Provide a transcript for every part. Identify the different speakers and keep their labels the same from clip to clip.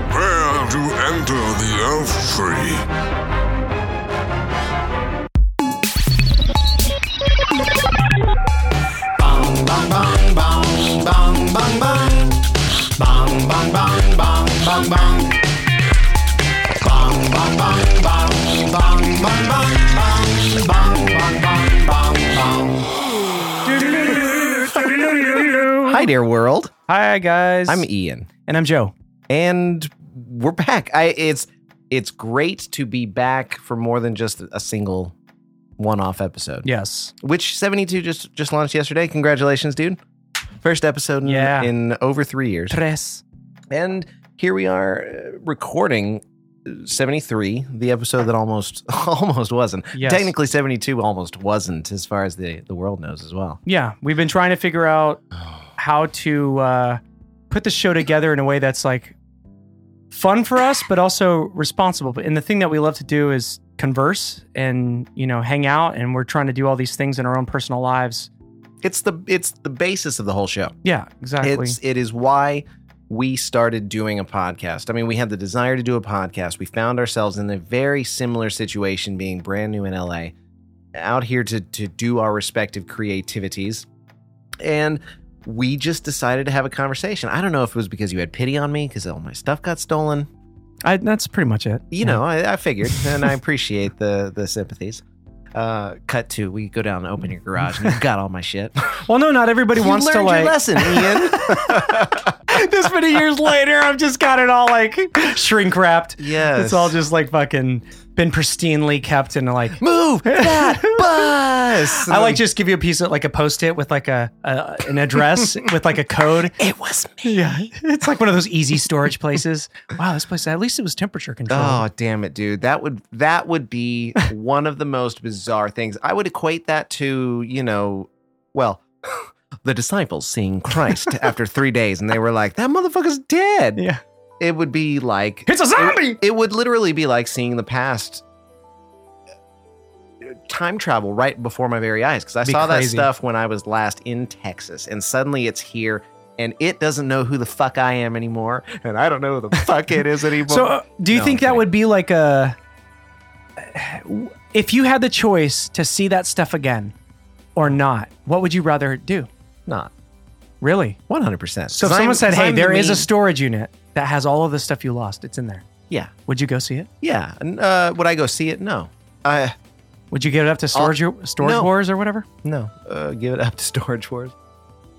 Speaker 1: Prepare to enter the Elf Tree.
Speaker 2: Hi, dear world.
Speaker 3: Hi guys.
Speaker 2: I'm E- Ian,
Speaker 3: and I'm Joe.
Speaker 2: and we're back. I it's it's great to be back for more than just a single one-off episode.
Speaker 3: Yes.
Speaker 2: Which 72 just just launched yesterday. Congratulations, dude. First episode in,
Speaker 3: Yeah.
Speaker 2: in over 3 years.
Speaker 3: Tres.
Speaker 2: And here we are uh, recording uh, 73, the episode that almost almost wasn't.
Speaker 3: Yes.
Speaker 2: Technically 72 almost wasn't as far as the the world knows as well.
Speaker 3: Yeah, we've been trying to figure out how to uh, put the show together in a way that's like fun for us, but also responsible. But and the thing that we love to do is converse and you know hang out, and we're trying to do all these things in our own personal lives.
Speaker 2: It's the it's the basis of the whole show.
Speaker 3: Yeah, exactly.
Speaker 2: It's it is why we started doing a podcast. I mean, we had the desire to do a podcast. We found ourselves in a very similar situation being brand new in LA, out here to to do our respective creativities. And we just decided to have a conversation. I don't know if it was because you had pity on me because all my stuff got stolen.
Speaker 3: I, that's pretty much it.
Speaker 2: You know, I, I figured, and I appreciate the the sympathies. Uh, cut to we go down and open your garage and you've got all my shit.
Speaker 3: Well, no, not everybody
Speaker 2: you
Speaker 3: wants
Speaker 2: learned
Speaker 3: to
Speaker 2: your
Speaker 3: like.
Speaker 2: lesson, Ian.
Speaker 3: this many years later, I've just got it all like shrink wrapped.
Speaker 2: yes,
Speaker 3: It's all just like fucking been pristinely kept and like
Speaker 2: move that bus. Um,
Speaker 3: I like just give you a piece of like a post it with like a, a an address with like a code.
Speaker 2: it was me.
Speaker 3: Yeah, it's like one of those easy storage places. Wow, this place at least it was temperature controlled.
Speaker 2: Oh damn it, dude! That would that would be one of the most bizarre things. I would equate that to you know, well, the disciples seeing Christ after three days, and they were like, "That motherfucker's dead."
Speaker 3: Yeah,
Speaker 2: It would be like
Speaker 3: it's a zombie.
Speaker 2: it would literally be like seeing the past uh, time travel right before my very eyes because I
Speaker 3: Be
Speaker 2: saw
Speaker 3: crazy.
Speaker 2: that stuff when I was last in Texas and suddenly it's here and it doesn't know who the fuck I am anymore and I don't know who the fuck it is anymore.
Speaker 3: So, uh, do you
Speaker 2: No,
Speaker 3: think that
Speaker 2: I'm kidding.
Speaker 3: would be like a if you had the choice to see that stuff again or not? What would you rather do?
Speaker 2: not
Speaker 3: Really?
Speaker 2: 100%.
Speaker 3: So, if
Speaker 2: 'Cause
Speaker 3: someone
Speaker 2: I'm-
Speaker 3: said,
Speaker 2: 'cause
Speaker 3: "Hey,
Speaker 2: I'm
Speaker 3: there
Speaker 2: the
Speaker 3: is a
Speaker 2: mean-
Speaker 3: storage unit that has all of the stuff you lost. It's in there."
Speaker 2: Yeah.
Speaker 3: Would you go see it?
Speaker 2: Yeah. And, Uh, would I go see it? No. I
Speaker 3: Would you give it up to storage storage
Speaker 2: Uh, no.
Speaker 3: wars or whatever?
Speaker 2: no. Uh, give it up to Storage Wars.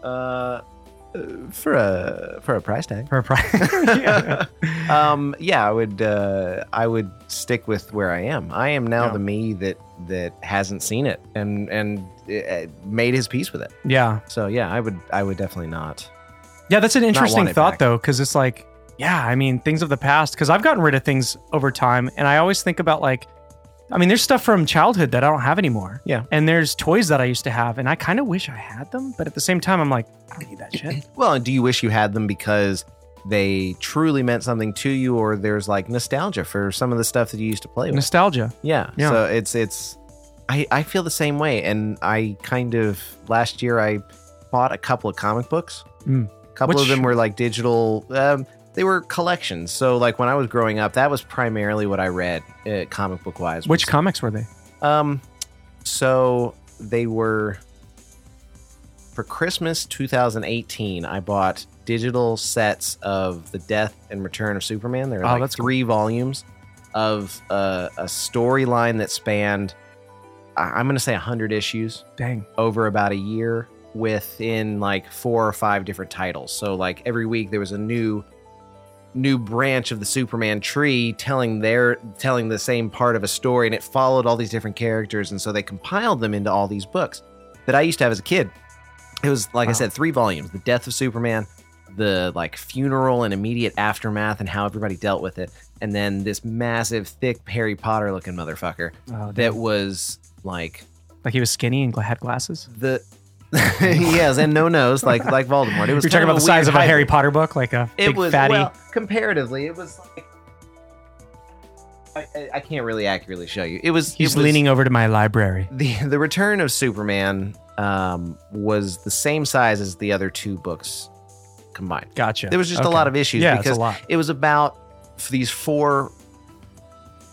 Speaker 2: Uh, uh, for a for a price tag.
Speaker 3: For a price. Yeah.
Speaker 2: um, yeah, I would. Uh, I would stick with where I am. I am now
Speaker 3: Yeah.
Speaker 2: the me that that hasn't seen it and and uh, made his peace with it.
Speaker 3: yeah.
Speaker 2: So yeah, I would. I would definitely not.
Speaker 3: Yeah, that's an interesting
Speaker 2: want it
Speaker 3: thought
Speaker 2: back.
Speaker 3: though, because it's like, yeah, I mean, things of the past. Because I've gotten rid of things over time, and I always think about like, I mean, there's stuff from childhood that I don't have anymore.
Speaker 2: Yeah.
Speaker 3: and there's toys that I used to have, and I kind of wish I had them, but at the same time, I'm like, I don't need that shit.
Speaker 2: Well, and do you wish you had them because they truly meant something to you, or there's like nostalgia for some of the stuff that you used to play with?
Speaker 3: Nostalgia.
Speaker 2: Yeah.
Speaker 3: Yeah.
Speaker 2: So it's it's I, I feel the same way and I kind of last year I bought a couple of comic books.
Speaker 3: Mm.
Speaker 2: A couple of
Speaker 3: Which-
Speaker 2: them were like digital um, they were collections. So like when I was growing up that was primarily what I read uh, comic book wise.
Speaker 3: Which comics were they?
Speaker 2: um so they were for Christmas 2018 I bought digital sets of The Death and Return of Superman. There were
Speaker 3: Oh,
Speaker 2: like
Speaker 3: that's cool.
Speaker 2: three volumes of uh, a storyline that spanned I- I'm going to say 100 issues
Speaker 3: Dang.
Speaker 2: over about a year within like four or five different titles. So like every week there was a new new branch of the Superman tree telling their telling the same part of a story and it followed all these different characters and so they compiled them into all these books that I used to have as a kid. It was like I
Speaker 3: Wow.
Speaker 2: said three volumes, The Death of Superman, the like funeral and immediate aftermath and how everybody dealt with it and then this massive thick Harry Potter looking motherfucker
Speaker 3: Oh,
Speaker 2: that
Speaker 3: dang.
Speaker 2: was like
Speaker 3: like he was skinny and gla- had glasses.
Speaker 2: the yes and no nos like like Voldemort. It was
Speaker 3: You're talking
Speaker 2: kind
Speaker 3: about the size of
Speaker 2: weird
Speaker 3: a Harry
Speaker 2: hybrid.
Speaker 3: Potter book, like a
Speaker 2: It
Speaker 3: big
Speaker 2: was
Speaker 3: fatty.
Speaker 2: well comparatively. It was like I- I, I can't really accurately show you. It was
Speaker 3: He's
Speaker 2: it was,
Speaker 3: leaning over to my library.
Speaker 2: the the return of Superman um, was the same size as the other two books combined.
Speaker 3: Gotcha.
Speaker 2: There was just a lot of issues
Speaker 3: yeah, it's
Speaker 2: because
Speaker 3: a lot.
Speaker 2: it was about f- these four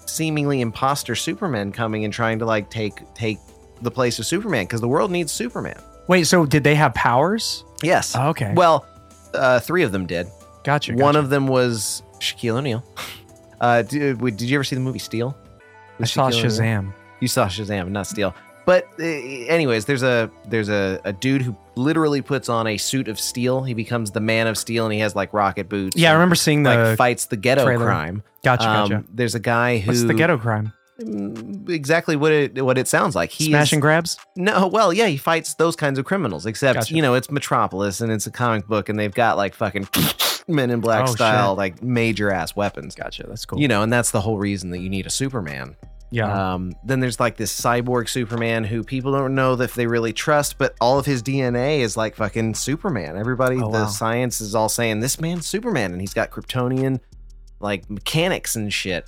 Speaker 2: seemingly imposter Supermen coming and trying to like take take the place of Superman because the world needs Superman.
Speaker 3: Wait, so did they have powers?
Speaker 2: Yes.
Speaker 3: Oh, okay.
Speaker 2: Well, uh, three of them did.
Speaker 3: gotcha.
Speaker 2: One
Speaker 3: gotcha.
Speaker 2: of them was Shaquille O'Neal. Uh, did, did you ever see the movie Steel?
Speaker 3: I
Speaker 2: With
Speaker 3: saw
Speaker 2: Shaquille O'Neal?
Speaker 3: Shazam.
Speaker 2: You saw Shazam, not Steel. But uh, anyways, there's a there's a, a dude who literally puts on a suit of steel. He becomes the Man of Steel, and he has like rocket boots.
Speaker 3: Yeah, I
Speaker 2: and,
Speaker 3: remember seeing the.
Speaker 2: like fights the ghetto
Speaker 3: trailer.
Speaker 2: crime.
Speaker 3: gotcha,
Speaker 2: Um,
Speaker 3: gotcha.
Speaker 2: There's a guy who
Speaker 3: What's the ghetto crime?
Speaker 2: Mm, exactly what it what it sounds like. He
Speaker 3: Smash
Speaker 2: is,
Speaker 3: and grabs.
Speaker 2: no, well, yeah, he fights those kinds of criminals. Except
Speaker 3: Gotcha.
Speaker 2: you know, it's Metropolis and it's a comic book, and they've got like fucking Men in Black
Speaker 3: Oh,
Speaker 2: style
Speaker 3: shit.
Speaker 2: like major ass weapons.
Speaker 3: Gotcha. That's cool.
Speaker 2: You know, and that's the whole reason that you need a Superman.
Speaker 3: yeah.
Speaker 2: Um, then there's like this cyborg Superman who people don't know if they really trust, but all of his DNA is like fucking Superman. Everybody,
Speaker 3: Oh,
Speaker 2: the
Speaker 3: wow.
Speaker 2: science is all saying this man's Superman, and he's got Kryptonian like mechanics and shit.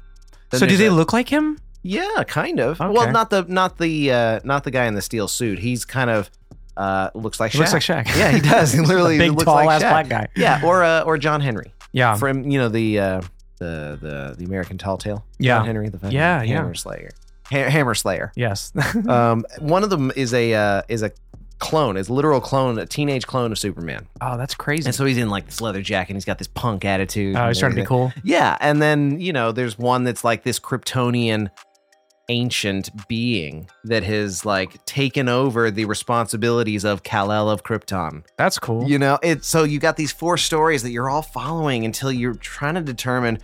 Speaker 2: Then
Speaker 3: so do
Speaker 2: there's
Speaker 3: they
Speaker 2: a-
Speaker 3: look like him?
Speaker 2: yeah, kind of.
Speaker 3: Okay.
Speaker 2: Well, not the not the uh, not the guy in the steel suit. He's kind of uh, looks like
Speaker 3: He looks
Speaker 2: Shaq.
Speaker 3: like Shaq.
Speaker 2: Yeah, he does. He
Speaker 3: He's a
Speaker 2: literally
Speaker 3: big,
Speaker 2: looks
Speaker 3: tall
Speaker 2: like
Speaker 3: ass
Speaker 2: Shaq.
Speaker 3: black Um, guy.
Speaker 2: yeah, or uh, or John Henry
Speaker 3: Yeah.
Speaker 2: from you know the uh, the the the American Tall Tale.
Speaker 3: Yeah.
Speaker 2: John Henry the fucking
Speaker 3: Yeah, yeah.
Speaker 2: Hammer Slayer. Ha- Hammer Slayer.
Speaker 3: Yes.
Speaker 2: Um, one of them is a uh, is a clone, is literal clone, a teenage clone of Superman.
Speaker 3: oh, that's crazy.
Speaker 2: And so he's in like this leather jacket. and He's got this punk attitude.
Speaker 3: Oh,
Speaker 2: and
Speaker 3: he's trying to be
Speaker 2: everything.
Speaker 3: cool.
Speaker 2: Yeah, and then you know, there's one that's like this Kryptonian ancient being that has like taken over the responsibilities of Kal El of Krypton.
Speaker 3: That's cool.
Speaker 2: You know, it's so you got these four stories that you're all following until you're trying to determine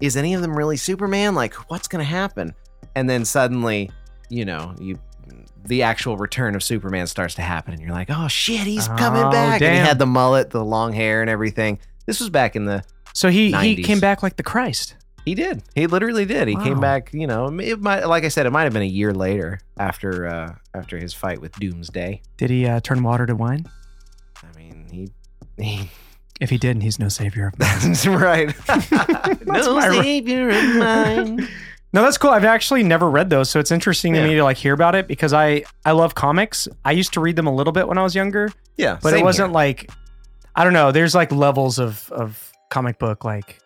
Speaker 2: is any of them really Superman? Like, what's going to happen? And then suddenly, you know, you the actual return of Superman starts to happen, and you're like, oh shit, he's coming
Speaker 3: Oh,
Speaker 2: back. And he
Speaker 3: damn.
Speaker 2: had the mullet, the long hair, and everything. This was back in the
Speaker 3: So he, he
Speaker 2: 90s.
Speaker 3: came back like the Christ.
Speaker 2: he did. He literally did. He
Speaker 3: Wow.
Speaker 2: came back. You know, it might, like I said, it might have been a year later after uh, after his fight with Doomsday.
Speaker 3: Did he uh, turn water to wine?
Speaker 2: I mean, he. he
Speaker 3: If he didn't, he's no savior of man.
Speaker 2: that's right. no
Speaker 3: my-
Speaker 2: savior of mine.
Speaker 3: no, that's cool. I've actually never read those, so it's interesting to
Speaker 2: Yeah.
Speaker 3: me to like hear about it because I I love comics. I used to read them a little bit when I was younger,
Speaker 2: Yeah,
Speaker 3: but
Speaker 2: same
Speaker 3: it
Speaker 2: here.
Speaker 3: wasn't like I don't know. There's like levels of of comic book like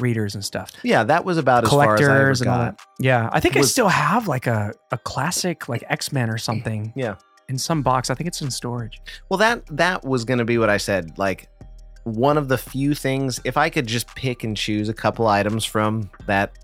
Speaker 3: readers and stuff.
Speaker 2: Yeah, that was about as far as I ever
Speaker 3: collectors and all
Speaker 2: got.
Speaker 3: that. Yeah, I think I
Speaker 2: Was-
Speaker 3: still have like a, a classic like X Men or something.
Speaker 2: Yeah.
Speaker 3: in some box. I think it's in storage.
Speaker 2: Well, that that was going to be what I said. Like one of the few things, if I could just pick and choose a couple items from that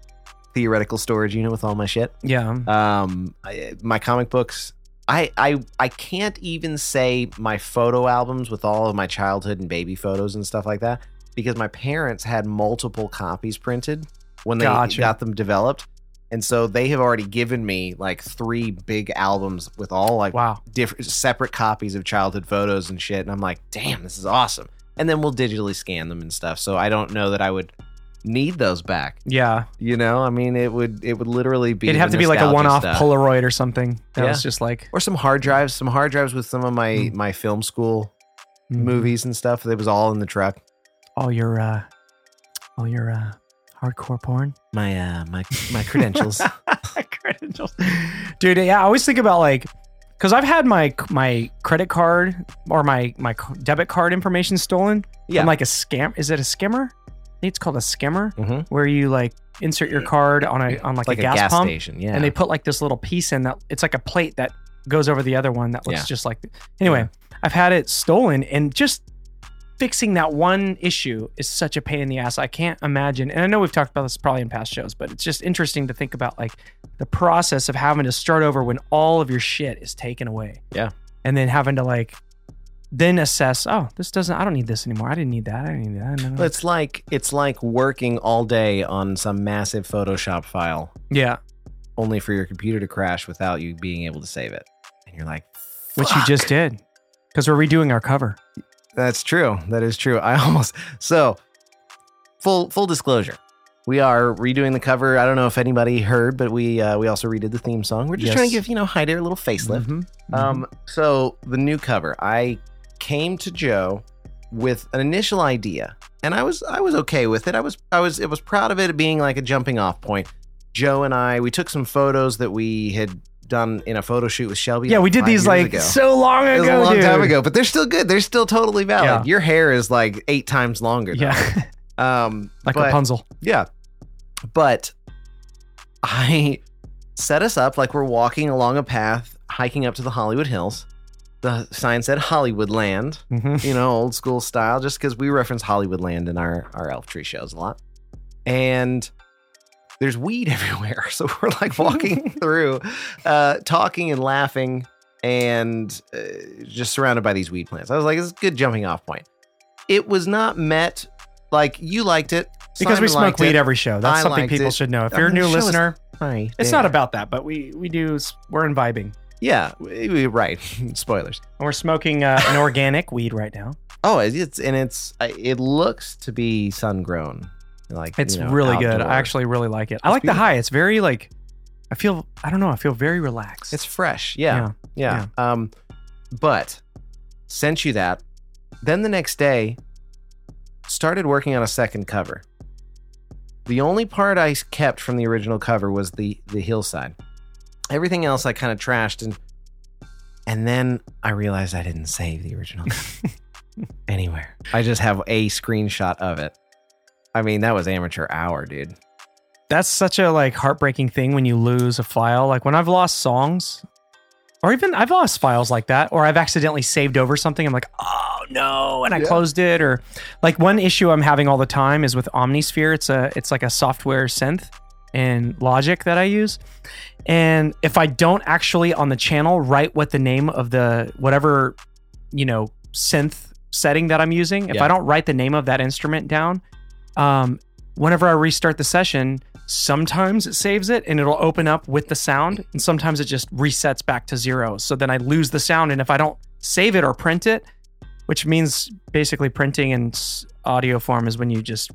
Speaker 2: theoretical storage unit with all my shit,
Speaker 3: Yeah,
Speaker 2: um I, my comic books I, I I can't even say my photo albums with all of my childhood and baby photos and stuff like that because my parents had multiple copies printed when they
Speaker 3: Gotcha.
Speaker 2: got them developed and so they have already given me like three big albums with all like
Speaker 3: wow.
Speaker 2: different separate copies of childhood photos and shit and i'm like damn this is awesome and then we'll digitally scan them and stuff so i don't know that i would need those back
Speaker 3: Yeah,
Speaker 2: you know, I mean, it would it would literally be
Speaker 3: it'd have
Speaker 2: the
Speaker 3: to be like a
Speaker 2: nostalgia
Speaker 3: one-off
Speaker 2: stuff.
Speaker 3: Polaroid or something. That
Speaker 2: Yeah.
Speaker 3: was just like
Speaker 2: or some hard drives, some hard drives with some of my
Speaker 3: Mm.
Speaker 2: my film school movies and stuff. That was all in the truck.
Speaker 3: all your uh, all your uh, hardcore porn.
Speaker 2: My uh my my credentials.
Speaker 3: credentials. Dude, yeah, I always think about like cuz I've had my my credit card or my my c- debit card information stolen.
Speaker 2: Yeah.
Speaker 3: I'm like a scam. Is it a skimmer? I think it's called a skimmer
Speaker 2: Mhm.
Speaker 3: where you like insert your card on a on Mm-hmm. Uh, like,
Speaker 2: like
Speaker 3: a, gas, pump
Speaker 2: station, yeah.
Speaker 3: and they put like this little piece in that it's like a plate that goes over the other one that looks
Speaker 2: Yeah.
Speaker 3: just like Anyway, I've had it stolen and just fixing that one issue is such a pain in the ass. I can't imagine. And I know we've talked about this probably in past shows, but it's just interesting to think about like the process of having to start over when all of your shit is taken away.
Speaker 2: Yeah.
Speaker 3: And then having to like then assess, oh, this doesn't I don't need this anymore. I didn't need that. I didn't need that. No, no, no.
Speaker 2: it's like it's like working all day on some massive Photoshop file,
Speaker 3: Yeah.
Speaker 2: only for your computer to crash without you being able to save it. And you're like,
Speaker 3: Which you just did. Because we're redoing our cover.
Speaker 2: That's true. That is true. I almost so full full disclosure. We are redoing the cover. I don't know if anybody heard, but we uh, we also redid the theme song. We're just
Speaker 3: Yes.
Speaker 2: trying to give you know Hyde Air a little facelift.
Speaker 3: Mhm.
Speaker 2: Um, so the new cover. I came to Joe with an initial idea, and I was I was okay with it. I was I was it was proud of it being like a jumping off point. Joe and I we took some photos that we had done in a photo shoot with Shelby.
Speaker 3: yeah, we did
Speaker 2: five
Speaker 3: these
Speaker 2: years
Speaker 3: like
Speaker 2: ago.
Speaker 3: so long ago.
Speaker 2: It was a long time
Speaker 3: dude.
Speaker 2: ago, but they're still good. They're still totally valid.
Speaker 3: Yeah.
Speaker 2: Your hair is like eight times longer. Though.
Speaker 3: Yeah.
Speaker 2: Um,
Speaker 3: like
Speaker 2: but,
Speaker 3: Rapunzel.
Speaker 2: yeah. But I set us up like we're walking along a path, hiking up to the Hollywood Hills. The sign said Hollywood Land,
Speaker 3: Mhm.
Speaker 2: you know, old school style, just because we reference Hollywood Land in our, our Elf Tree shows a lot. And there's weed everywhere. So we're like walking through, uh, talking and laughing, and uh, just surrounded by these weed plants. I was like, this is a good jumping off point. It was not met like you liked it.
Speaker 3: Because we
Speaker 2: Simon liked
Speaker 3: smoke weed
Speaker 2: it.
Speaker 3: every show. That's
Speaker 2: I
Speaker 3: something
Speaker 2: liked
Speaker 3: people
Speaker 2: it.
Speaker 3: should know. If
Speaker 2: I
Speaker 3: you're a
Speaker 2: mean,
Speaker 3: new
Speaker 2: the show is
Speaker 3: listener,
Speaker 2: Hi,
Speaker 3: it's
Speaker 2: there.
Speaker 3: not about that, but we we do s- we're imbibing.
Speaker 2: Yeah, we, we- right. Spoilers.
Speaker 3: And we're smoking uh, an organic weed right now.
Speaker 2: Oh, it's- it's and it's I- it looks to be sun grown. Like
Speaker 3: It's
Speaker 2: you know,
Speaker 3: really good.
Speaker 2: outdoor.
Speaker 3: I actually really like it. I like the
Speaker 2: beautiful.
Speaker 3: high. It's very like I feel I don't know, I feel very relaxed.
Speaker 2: it's fresh. Yeah, yeah. Um, but sent you that. Then the next day, started working on a second cover. The only part I kept from the original cover was the the hillside. Everything else I kind of trashed and and then I realized I didn't save the original cover anywhere. I just have a screenshot of it. I mean, that was amateur hour, dude.
Speaker 3: that's such a like heartbreaking thing when you lose a file. Like when I've lost songs, or even I've lost files like that, or I've accidentally saved over something. I'm like, oh no, and I closed it. Or like one issue I'm having all the time is with Omnisphere. It's a it's like a software synth and Logic that I use. And if I don't actually on the channel write what the name of the whatever you know synth setting that I'm using, if
Speaker 2: Yeah.
Speaker 3: I don't write the name of that instrument down, um, whenever I restart the session, sometimes it saves it and it'll open up with the sound, and sometimes it just resets back to zero. So then I lose the sound, and if I don't save it or print it, which means basically printing in s- audio form is when you just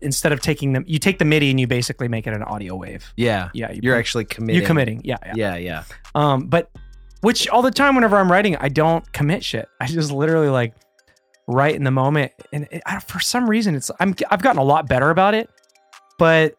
Speaker 3: instead of taking them, you take the MIDI and you basically make it an audio wave.
Speaker 2: Yeah.
Speaker 3: Yeah, you
Speaker 2: You're
Speaker 3: print-
Speaker 2: actually committing.
Speaker 3: you committing. Yeah, yeah.
Speaker 2: Yeah, yeah.
Speaker 3: Um, but which all the time, whenever I'm writing, I don't commit shit. I just literally like write in the moment, and it, I, for some reason, it's I'm I've gotten a lot better about it, but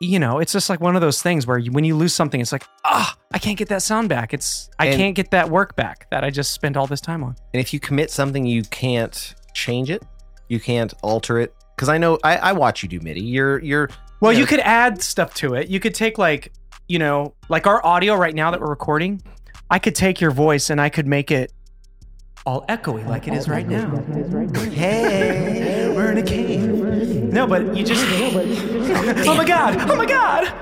Speaker 3: you know, it's just like one of those things where you, when you lose something, it's like ah, I can't get that sound back. It's I
Speaker 2: And-
Speaker 3: can't get that work back that I just spent all this time on.
Speaker 2: And if you commit something, you can't change it. You can't alter it. Because I know I, I watch you do MIDI. You're you're
Speaker 3: Well,
Speaker 2: Yeah.
Speaker 3: you could add stuff to it. You could take like, you know, like our audio right now that we're recording. I could take your voice and I could make it all echoey like it is right now. Hey, we're in a cave. No, but you just Oh my god. Oh my god.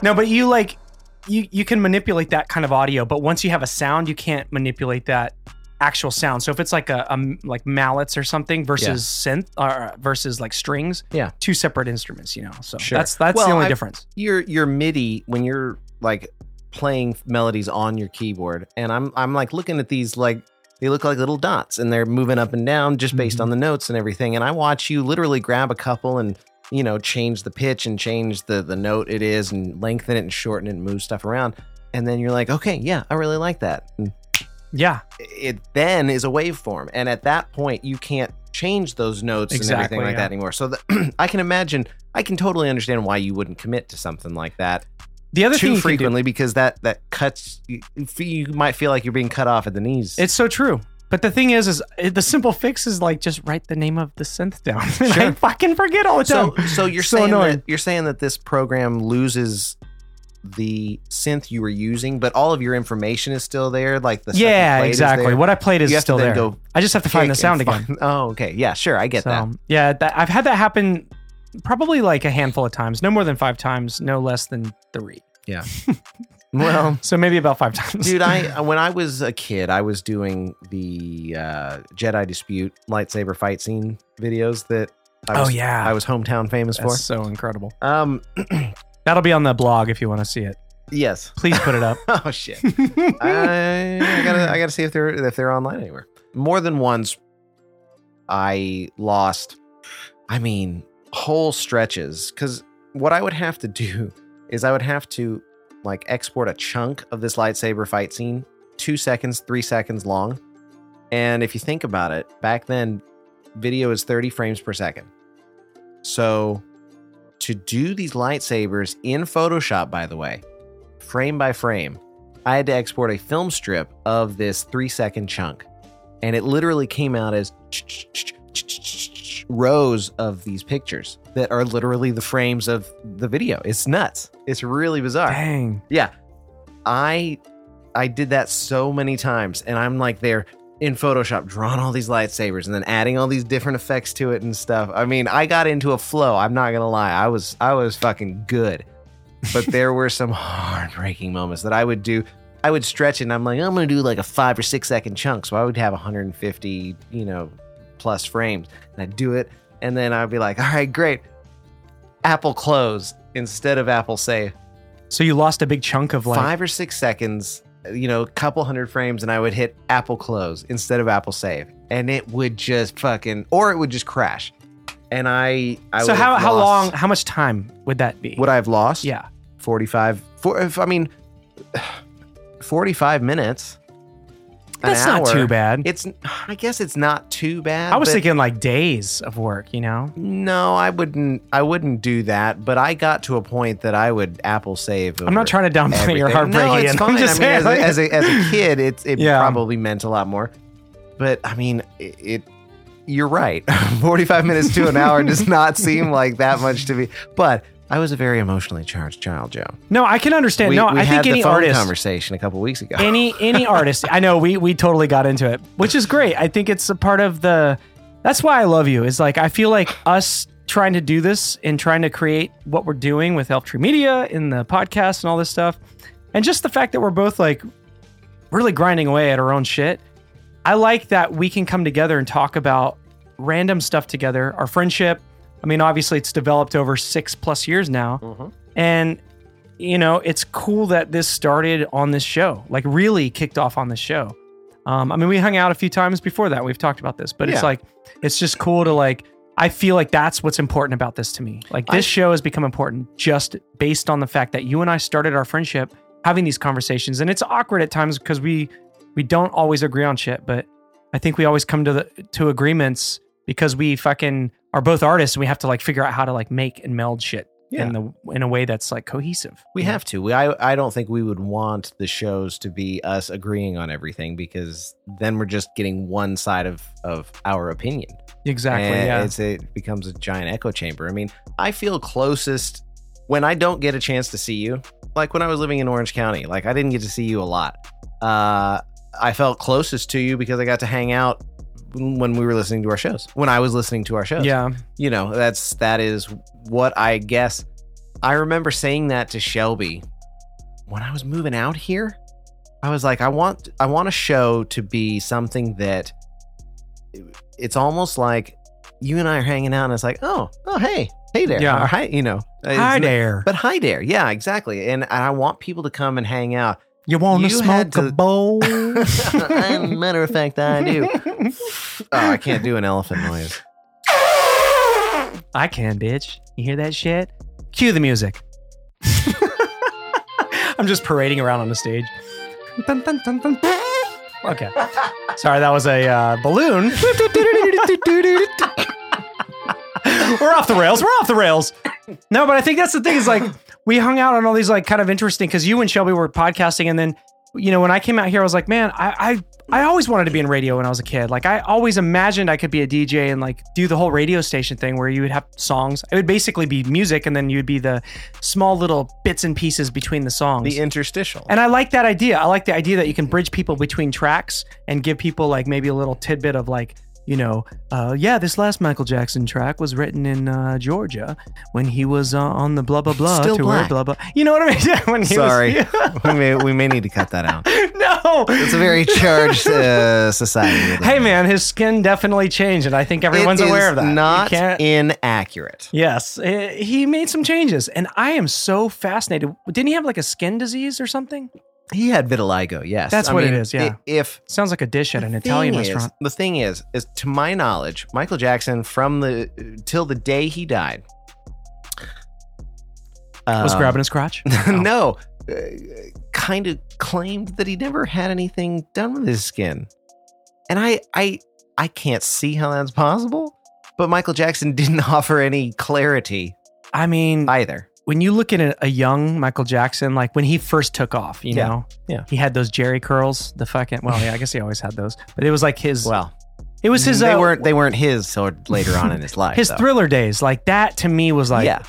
Speaker 3: No, but you like you you can manipulate that kind of audio, but once you have a sound, you can't manipulate that actual sound. So if it's like a, a m- like mallets or something versus synth or versus like strings,
Speaker 2: Yeah.
Speaker 3: two separate instruments, you know. So
Speaker 2: Sure.
Speaker 3: that's that's
Speaker 2: Well,
Speaker 3: the only
Speaker 2: I-
Speaker 3: difference.
Speaker 2: you're you're MIDI when you're like playing melodies on your keyboard. And I'm I'm like looking at these like they look like little dots and they're moving up and down just based
Speaker 3: Mhm.
Speaker 2: on the notes and everything. And I watch you literally grab a couple and you know change the pitch and change the the note it is and lengthen it and shorten it and move stuff around. And then you're like, okay, yeah, I really like that. And
Speaker 3: Yeah,
Speaker 2: it then is a waveform and at that point you can't change those notes and
Speaker 3: Exactly,
Speaker 2: everything like
Speaker 3: yeah.
Speaker 2: that anymore so the, i can imagine i can totally understand why you wouldn't commit to something like that
Speaker 3: the other thing
Speaker 2: too
Speaker 3: you can do-
Speaker 2: frequently because that that cuts you, you might feel like you're being cut off at the knees
Speaker 3: It's so true. But the thing is, is it- the simple fix is like just write the name of the synth down. And I
Speaker 2: Sure.
Speaker 3: fucking forget all the
Speaker 2: so
Speaker 3: time.
Speaker 2: so you're
Speaker 3: So
Speaker 2: saying
Speaker 3: annoying.
Speaker 2: that you're saying that this program loses the synth you were using but all of your information is still there like the stuff you
Speaker 3: yeah,
Speaker 2: played is
Speaker 3: exactly.
Speaker 2: there.
Speaker 3: What I played is
Speaker 2: You have to
Speaker 3: still
Speaker 2: then
Speaker 3: there.
Speaker 2: go
Speaker 3: I just have to find the
Speaker 2: Kick
Speaker 3: sound
Speaker 2: and
Speaker 3: again.
Speaker 2: find- oh okay yeah sure i get
Speaker 3: So
Speaker 2: that
Speaker 3: yeah, that, I've had that happen probably like a handful of times, no more than five times, no less than three.
Speaker 2: well
Speaker 3: So maybe about five times.
Speaker 2: dude i uh, when i was a kid i was doing the uh jedi dispute lightsaber fight scene videos that i
Speaker 3: oh
Speaker 2: was,
Speaker 3: yeah,
Speaker 2: I was hometown famous
Speaker 3: that's so incredible.
Speaker 2: for um
Speaker 3: That'll be on the blog if you want to see it.
Speaker 2: yes
Speaker 3: Please put it up.
Speaker 2: oh shit I, I gotta I gotta see if they're if they're online anywhere. More than once, I lost. I mean, whole stretches. Because what I would have to do is I would have to like export a chunk of this lightsaber fight scene, two seconds, three seconds long. And if you think about it, back then, video is 30 frames per second. So to do these lightsabers in Photoshop, by the way, frame by frame, I had to export a film strip of this three second chunk. And it literally came out as rows of these pictures that are literally the frames of the video. It's nuts. It's really bizarre.
Speaker 3: Dang.
Speaker 2: Yeah. I I did that so many times and I'm like there in Photoshop drawing all these lightsabers and then adding all these different effects to it and stuff. I mean, I got into a flow, I'm not going to lie. I was I was fucking good. But there were some heartbreaking moments that I would do I would stretch it and I'm like, I'm going to do like a 5 or 6 second chunk. So I would have 150, you know, plus frames and I'd do it and then I'd be like, "All right, great. Apple close instead of Apple save."
Speaker 3: So you lost a big chunk of like.
Speaker 2: five or six seconds, you know, a couple hundred frames, and I would hit Apple close instead of Apple save, and it would just fucking, or it would just crash. And I, I
Speaker 3: so
Speaker 2: would
Speaker 3: how
Speaker 2: have
Speaker 3: how long
Speaker 2: lost-
Speaker 3: how much time would that be?
Speaker 2: would I have lost?
Speaker 3: yeah.
Speaker 2: forty five. For if, I mean, forty five minutes. an
Speaker 3: That's not
Speaker 2: hour.
Speaker 3: too bad.
Speaker 2: It's, I guess it's not too bad.
Speaker 3: I was
Speaker 2: but-
Speaker 3: thinking like days of work, you know?
Speaker 2: no, I wouldn't, I wouldn't do that. But I got to a point that I would Apple save.
Speaker 3: I'm not trying to downplay your
Speaker 2: everything.
Speaker 3: heartbreak.
Speaker 2: No, it's
Speaker 3: Ian.
Speaker 2: fine.
Speaker 3: I'm just
Speaker 2: I mean,
Speaker 3: saying. like-
Speaker 2: as, a, as, a, as a kid, it's it
Speaker 3: Yeah.
Speaker 2: probably meant a lot more. But I mean, it. it you're right. 45 minutes to an hour does not seem like that much to me. But I was a very emotionally charged child, Joe.
Speaker 3: no, I can understand.
Speaker 2: we
Speaker 3: no,
Speaker 2: we
Speaker 3: I
Speaker 2: had
Speaker 3: think any
Speaker 2: the phone
Speaker 3: artist,
Speaker 2: conversation a couple weeks ago.
Speaker 3: any any artist i know we we totally got into it which is great i think it's a part of the that's why i love you is like i feel like us trying to do this and trying to create what we're doing with elf tree media in the podcast and all this stuff and just the fact that we're both like really grinding away at our own shit i like that we can come together and talk about random stuff together our friendship i mean obviously it's developed over six plus years now
Speaker 2: Mhm.
Speaker 3: and you know, it's cool that this started on this show, like really kicked off on this show. Um, I mean, we hung out a few times before that. We've talked about this, but
Speaker 2: Yeah.
Speaker 3: it's like, it's just cool to like, I feel like that's what's important about this to me. Like, this
Speaker 2: I-
Speaker 3: show has become important just based on the fact that you and I started our friendship having these conversations. And it's awkward at times because we, we don't always agree on shit, but I think we always come to the, to agreements because we fucking are both artists and we have to like figure out how to like make and meld shit
Speaker 2: Yeah.
Speaker 3: in the in a way that's like cohesive.
Speaker 2: We
Speaker 3: you know?
Speaker 2: have to. We, I, I don't think we would want the shows to be us agreeing on everything because then we're just getting one side of, of our opinion.
Speaker 3: Exactly.
Speaker 2: And
Speaker 3: yeah.
Speaker 2: it's, it becomes a giant echo chamber. I mean, I feel closest when I don't get a chance to see you. Like when I was living in Orange County, like I didn't get to see you a lot. Uh, I felt closest to you because I got to hang out when we were listening to our shows. When I was listening to our shows,
Speaker 3: Yeah.
Speaker 2: you know, that's that is what I guess. I remember saying that to Shelby when I was moving out here. I was like, I want I want a show to be something that it's almost like you and I are hanging out, and it's like, oh, oh, hey, hey there,
Speaker 3: Yeah.
Speaker 2: Or, hi, you know, It's
Speaker 3: Hi
Speaker 2: not-
Speaker 3: there.
Speaker 2: But hi there, yeah, exactly. And I want people to come and hang out.
Speaker 3: you want
Speaker 2: you
Speaker 3: to smoke
Speaker 2: had
Speaker 3: a
Speaker 2: to-
Speaker 3: bowl?
Speaker 2: matter of fact, I do. Oh, I can't do an elephant noise.
Speaker 3: I can, bitch. You hear that shit? Cue the music. I'm just parading around on the stage. Dun, dun, dun, dun. Okay. Sorry, that was a uh, balloon. we're off the rails. We're off the rails. No, but I think that's the thing is like we hung out on all these like kind of interesting because you and Shelby were podcasting, and then you know when I came out here, I was like, man, I I, I always wanted to be in radio when I was a kid. Like I always imagined I could be a DJ and like do the whole radio station thing where you would have songs. It would basically be music, and then you'd be the small little bits and pieces between the songs.
Speaker 2: The interstitial.
Speaker 3: And I like that idea. I like the idea that you can bridge people between tracks and give people like maybe a little tidbit of like, you know, uh, yeah, this last Michael Jackson track was written in uh, Georgia when he was uh, on the blah blah blah
Speaker 2: Still
Speaker 3: tour,
Speaker 2: black.
Speaker 3: blah blah. You know what I mean? Yeah, when he
Speaker 2: Sorry.
Speaker 3: was,
Speaker 2: we, may, we may need to cut that out.
Speaker 3: no.
Speaker 2: It's a very charged uh, society.
Speaker 3: hey man, his skin definitely changed, and I think everyone's
Speaker 2: It is
Speaker 3: aware of that. You
Speaker 2: Not
Speaker 3: can't-
Speaker 2: inaccurate.
Speaker 3: Yes, eh, he made some changes, and I am so fascinated. Didn't he have like a skin disease or something?
Speaker 2: He had vitiligo. Yes,
Speaker 3: That's what it is, yeah.
Speaker 2: i- if
Speaker 3: Sounds like a dish at an
Speaker 2: the
Speaker 3: Italian
Speaker 2: thing is-
Speaker 3: restaurant.
Speaker 2: the thing is, is to my knowledge, Michael Jackson from the till the day he died
Speaker 3: Was
Speaker 2: um,
Speaker 3: grabbing his crotch.
Speaker 2: no, uh, kind of claimed that he never had anything done with his skin, and I, I, I can't see how that's possible. But Michael Jackson didn't offer any clarity
Speaker 3: I mean,
Speaker 2: either.
Speaker 3: when you look at a, a young Michael Jackson, like when he first took off, you
Speaker 2: Yeah.
Speaker 3: know,
Speaker 2: Yeah.
Speaker 3: he had those Jerry curls, the fucking. Well, yeah, I guess he always had those, but it was like his
Speaker 2: Well,
Speaker 3: It was his.
Speaker 2: they
Speaker 3: uh,
Speaker 2: weren't they weren't his till later on in his life.
Speaker 3: his
Speaker 2: though.
Speaker 3: thriller days. Like that to me was like.
Speaker 2: yeah.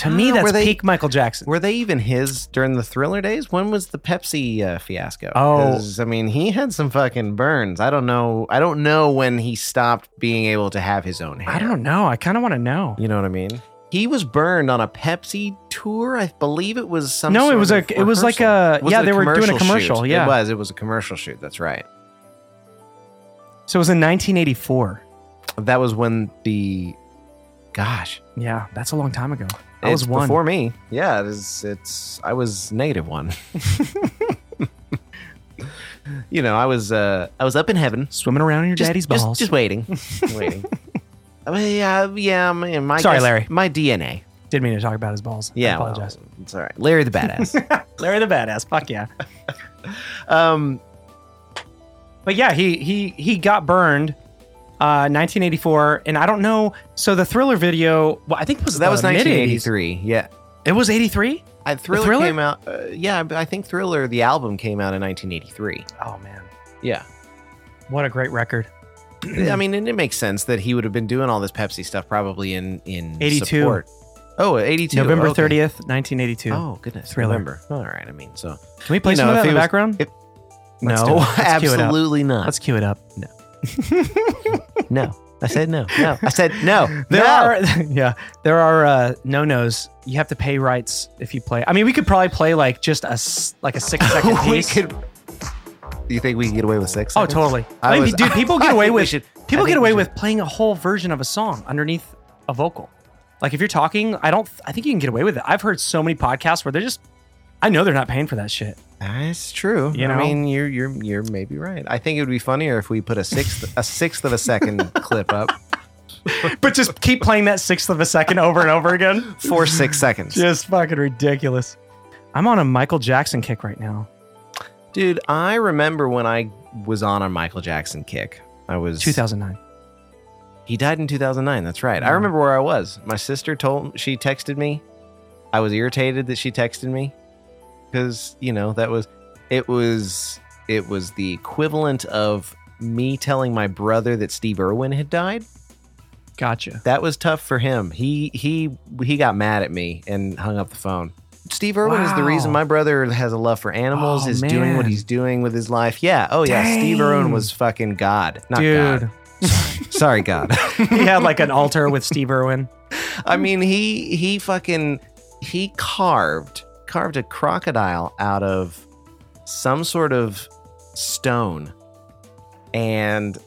Speaker 3: To me,
Speaker 2: Ah,
Speaker 3: that's
Speaker 2: were they-
Speaker 3: peak Michael Jackson.
Speaker 2: Were they even his during the thriller days? When was the Pepsi uh, fiasco?
Speaker 3: Oh.
Speaker 2: 'Cause, I mean, he had some fucking burns. I don't know. I don't know when he stopped being able to have his own hair.
Speaker 3: I don't know. I kind of want to know.
Speaker 2: You know what I mean? He was burned on a Pepsi tour. I believe it was some.
Speaker 3: No, it
Speaker 2: sort
Speaker 3: was a.
Speaker 2: of
Speaker 3: It was like
Speaker 2: rehearsal.
Speaker 3: a.
Speaker 2: Was
Speaker 3: yeah,
Speaker 2: it
Speaker 3: they were doing a
Speaker 2: shoot?
Speaker 3: commercial. Yeah.
Speaker 2: it was. It was a commercial shoot. That's right.
Speaker 3: So it was in 1984.
Speaker 2: That was when the, gosh,
Speaker 3: Yeah, that's a long time ago. I
Speaker 2: it's
Speaker 3: was one.
Speaker 2: before me. Yeah, it is, it's I was negative one. you know, I was uh I was up in heaven,
Speaker 3: swimming around in your
Speaker 2: just,
Speaker 3: daddy's
Speaker 2: just-
Speaker 3: balls.
Speaker 2: just waiting, waiting. I mean, yeah, yeah. My, my
Speaker 3: Sorry, Larry.
Speaker 2: My DNA.
Speaker 3: Didn't mean to talk about his balls. I
Speaker 2: Yeah, well,
Speaker 3: apologize.
Speaker 2: it's all right. Larry the badass.
Speaker 3: Larry the badass. Fuck yeah.
Speaker 2: um,
Speaker 3: But yeah, he he he got burned. Uh, 1984, and I don't know. So the thriller video, well, I think was
Speaker 2: so that was
Speaker 3: the mid-
Speaker 2: 1983. Yeah,
Speaker 3: It was 83.
Speaker 2: I, thriller,
Speaker 3: Thriller?
Speaker 2: came out. Uh, yeah, but I think Thriller the album came out in 1983.
Speaker 3: Oh man,
Speaker 2: Yeah,
Speaker 3: what a great record.
Speaker 2: I mean, and it makes sense that he would have been doing all this Pepsi stuff probably in in
Speaker 3: 82.
Speaker 2: Support. Oh, 82.
Speaker 3: November
Speaker 2: okay.
Speaker 3: 30th, 1982.
Speaker 2: Oh goodness,
Speaker 3: Thriller.
Speaker 2: November. All right, I mean, so
Speaker 3: Can we play
Speaker 2: you
Speaker 3: some
Speaker 2: know,
Speaker 3: of that
Speaker 2: if
Speaker 3: in the
Speaker 2: it was-
Speaker 3: background?
Speaker 2: if-
Speaker 3: Let's do
Speaker 2: no,
Speaker 3: it. Let's cue it up.
Speaker 2: absolutely not.
Speaker 3: Let's cue it up.
Speaker 2: no, I said no. No, I said no.
Speaker 3: There
Speaker 2: no.
Speaker 3: are yeah, there are uh, no nos. You have to pay rights if you play. I mean, we could probably play like just a s- like a six second
Speaker 2: we
Speaker 3: piece.
Speaker 2: could. Do you think we can get away with six?
Speaker 3: oh,
Speaker 2: seconds?
Speaker 3: totally.
Speaker 2: I
Speaker 3: I, mean,
Speaker 2: was-
Speaker 3: dude, people
Speaker 2: I
Speaker 3: get away
Speaker 2: think we
Speaker 3: with
Speaker 2: should-
Speaker 3: people
Speaker 2: I think
Speaker 3: get
Speaker 2: we
Speaker 3: away
Speaker 2: should.
Speaker 3: with playing a whole version of a song underneath a vocal. Like if you're talking, I don't. I think you can get away with it. I've heard so many podcasts where they're just. I know they're not paying for that shit.
Speaker 2: That's true.
Speaker 3: You
Speaker 2: I
Speaker 3: know?
Speaker 2: mean, you're you're you're maybe right. I think it would be funnier if we put a sixth a sixth of a second clip up
Speaker 3: But just keep playing that sixth of a second over and over again.
Speaker 2: for six seconds.
Speaker 3: Just fucking ridiculous. I'm on a Michael Jackson kick right now.
Speaker 2: Dude, I remember when I was on a Michael Jackson kick. I was
Speaker 3: 2009.
Speaker 2: He died in 2009. That's right. I
Speaker 3: Mm.
Speaker 2: remember where I was. My sister told she texted me. I was irritated that she texted me because you know that was it was it was the equivalent of me telling my brother that Steve Irwin had died.
Speaker 3: Gotcha.
Speaker 2: That was tough for him. He he he got mad at me and hung up the phone. Steve Irwin is the
Speaker 3: Wow.
Speaker 2: reason my brother has a love for animals,
Speaker 3: Oh,
Speaker 2: is doing what
Speaker 3: man.
Speaker 2: he's doing with his life. Yeah. Oh yeah. Steve Irwin
Speaker 3: Dang.
Speaker 2: was fucking God. Not
Speaker 3: Dude.
Speaker 2: God. Sorry, God.
Speaker 3: he had like an altar with Steve Irwin.
Speaker 2: I mean, he he fucking he carved carved a crocodile out of some sort of stone and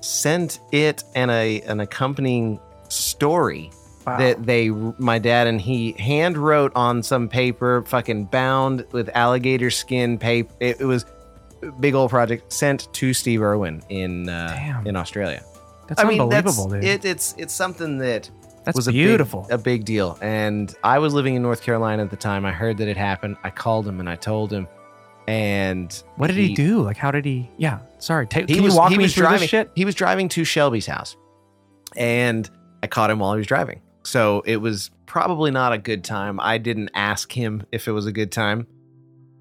Speaker 2: sent it and a an accompanying story
Speaker 3: Wow.
Speaker 2: that they my dad and he hand wrote on some paper fucking bound with alligator skin paper it, it was a big old project sent to Steve Irwin in uh,
Speaker 3: Damn.
Speaker 2: in Australia.
Speaker 3: that's unbelievable,
Speaker 2: that's,
Speaker 3: dude.
Speaker 2: It, it's it's something that
Speaker 3: that's
Speaker 2: was a big-
Speaker 3: beautiful.
Speaker 2: a big deal. And I was living in North Carolina at the time. I heard that it happened. I called him and I told him. And
Speaker 3: what did he,
Speaker 2: he-
Speaker 3: do? Like, how did he? Yeah. Sorry. Ta-
Speaker 2: he
Speaker 3: can
Speaker 2: was
Speaker 3: you walk
Speaker 2: he
Speaker 3: me
Speaker 2: was
Speaker 3: through
Speaker 2: driving.
Speaker 3: this shit?
Speaker 2: He was driving to Shelby's house, and I caught him while he was driving. So it was probably not a good time. I didn't ask him if it was a good time,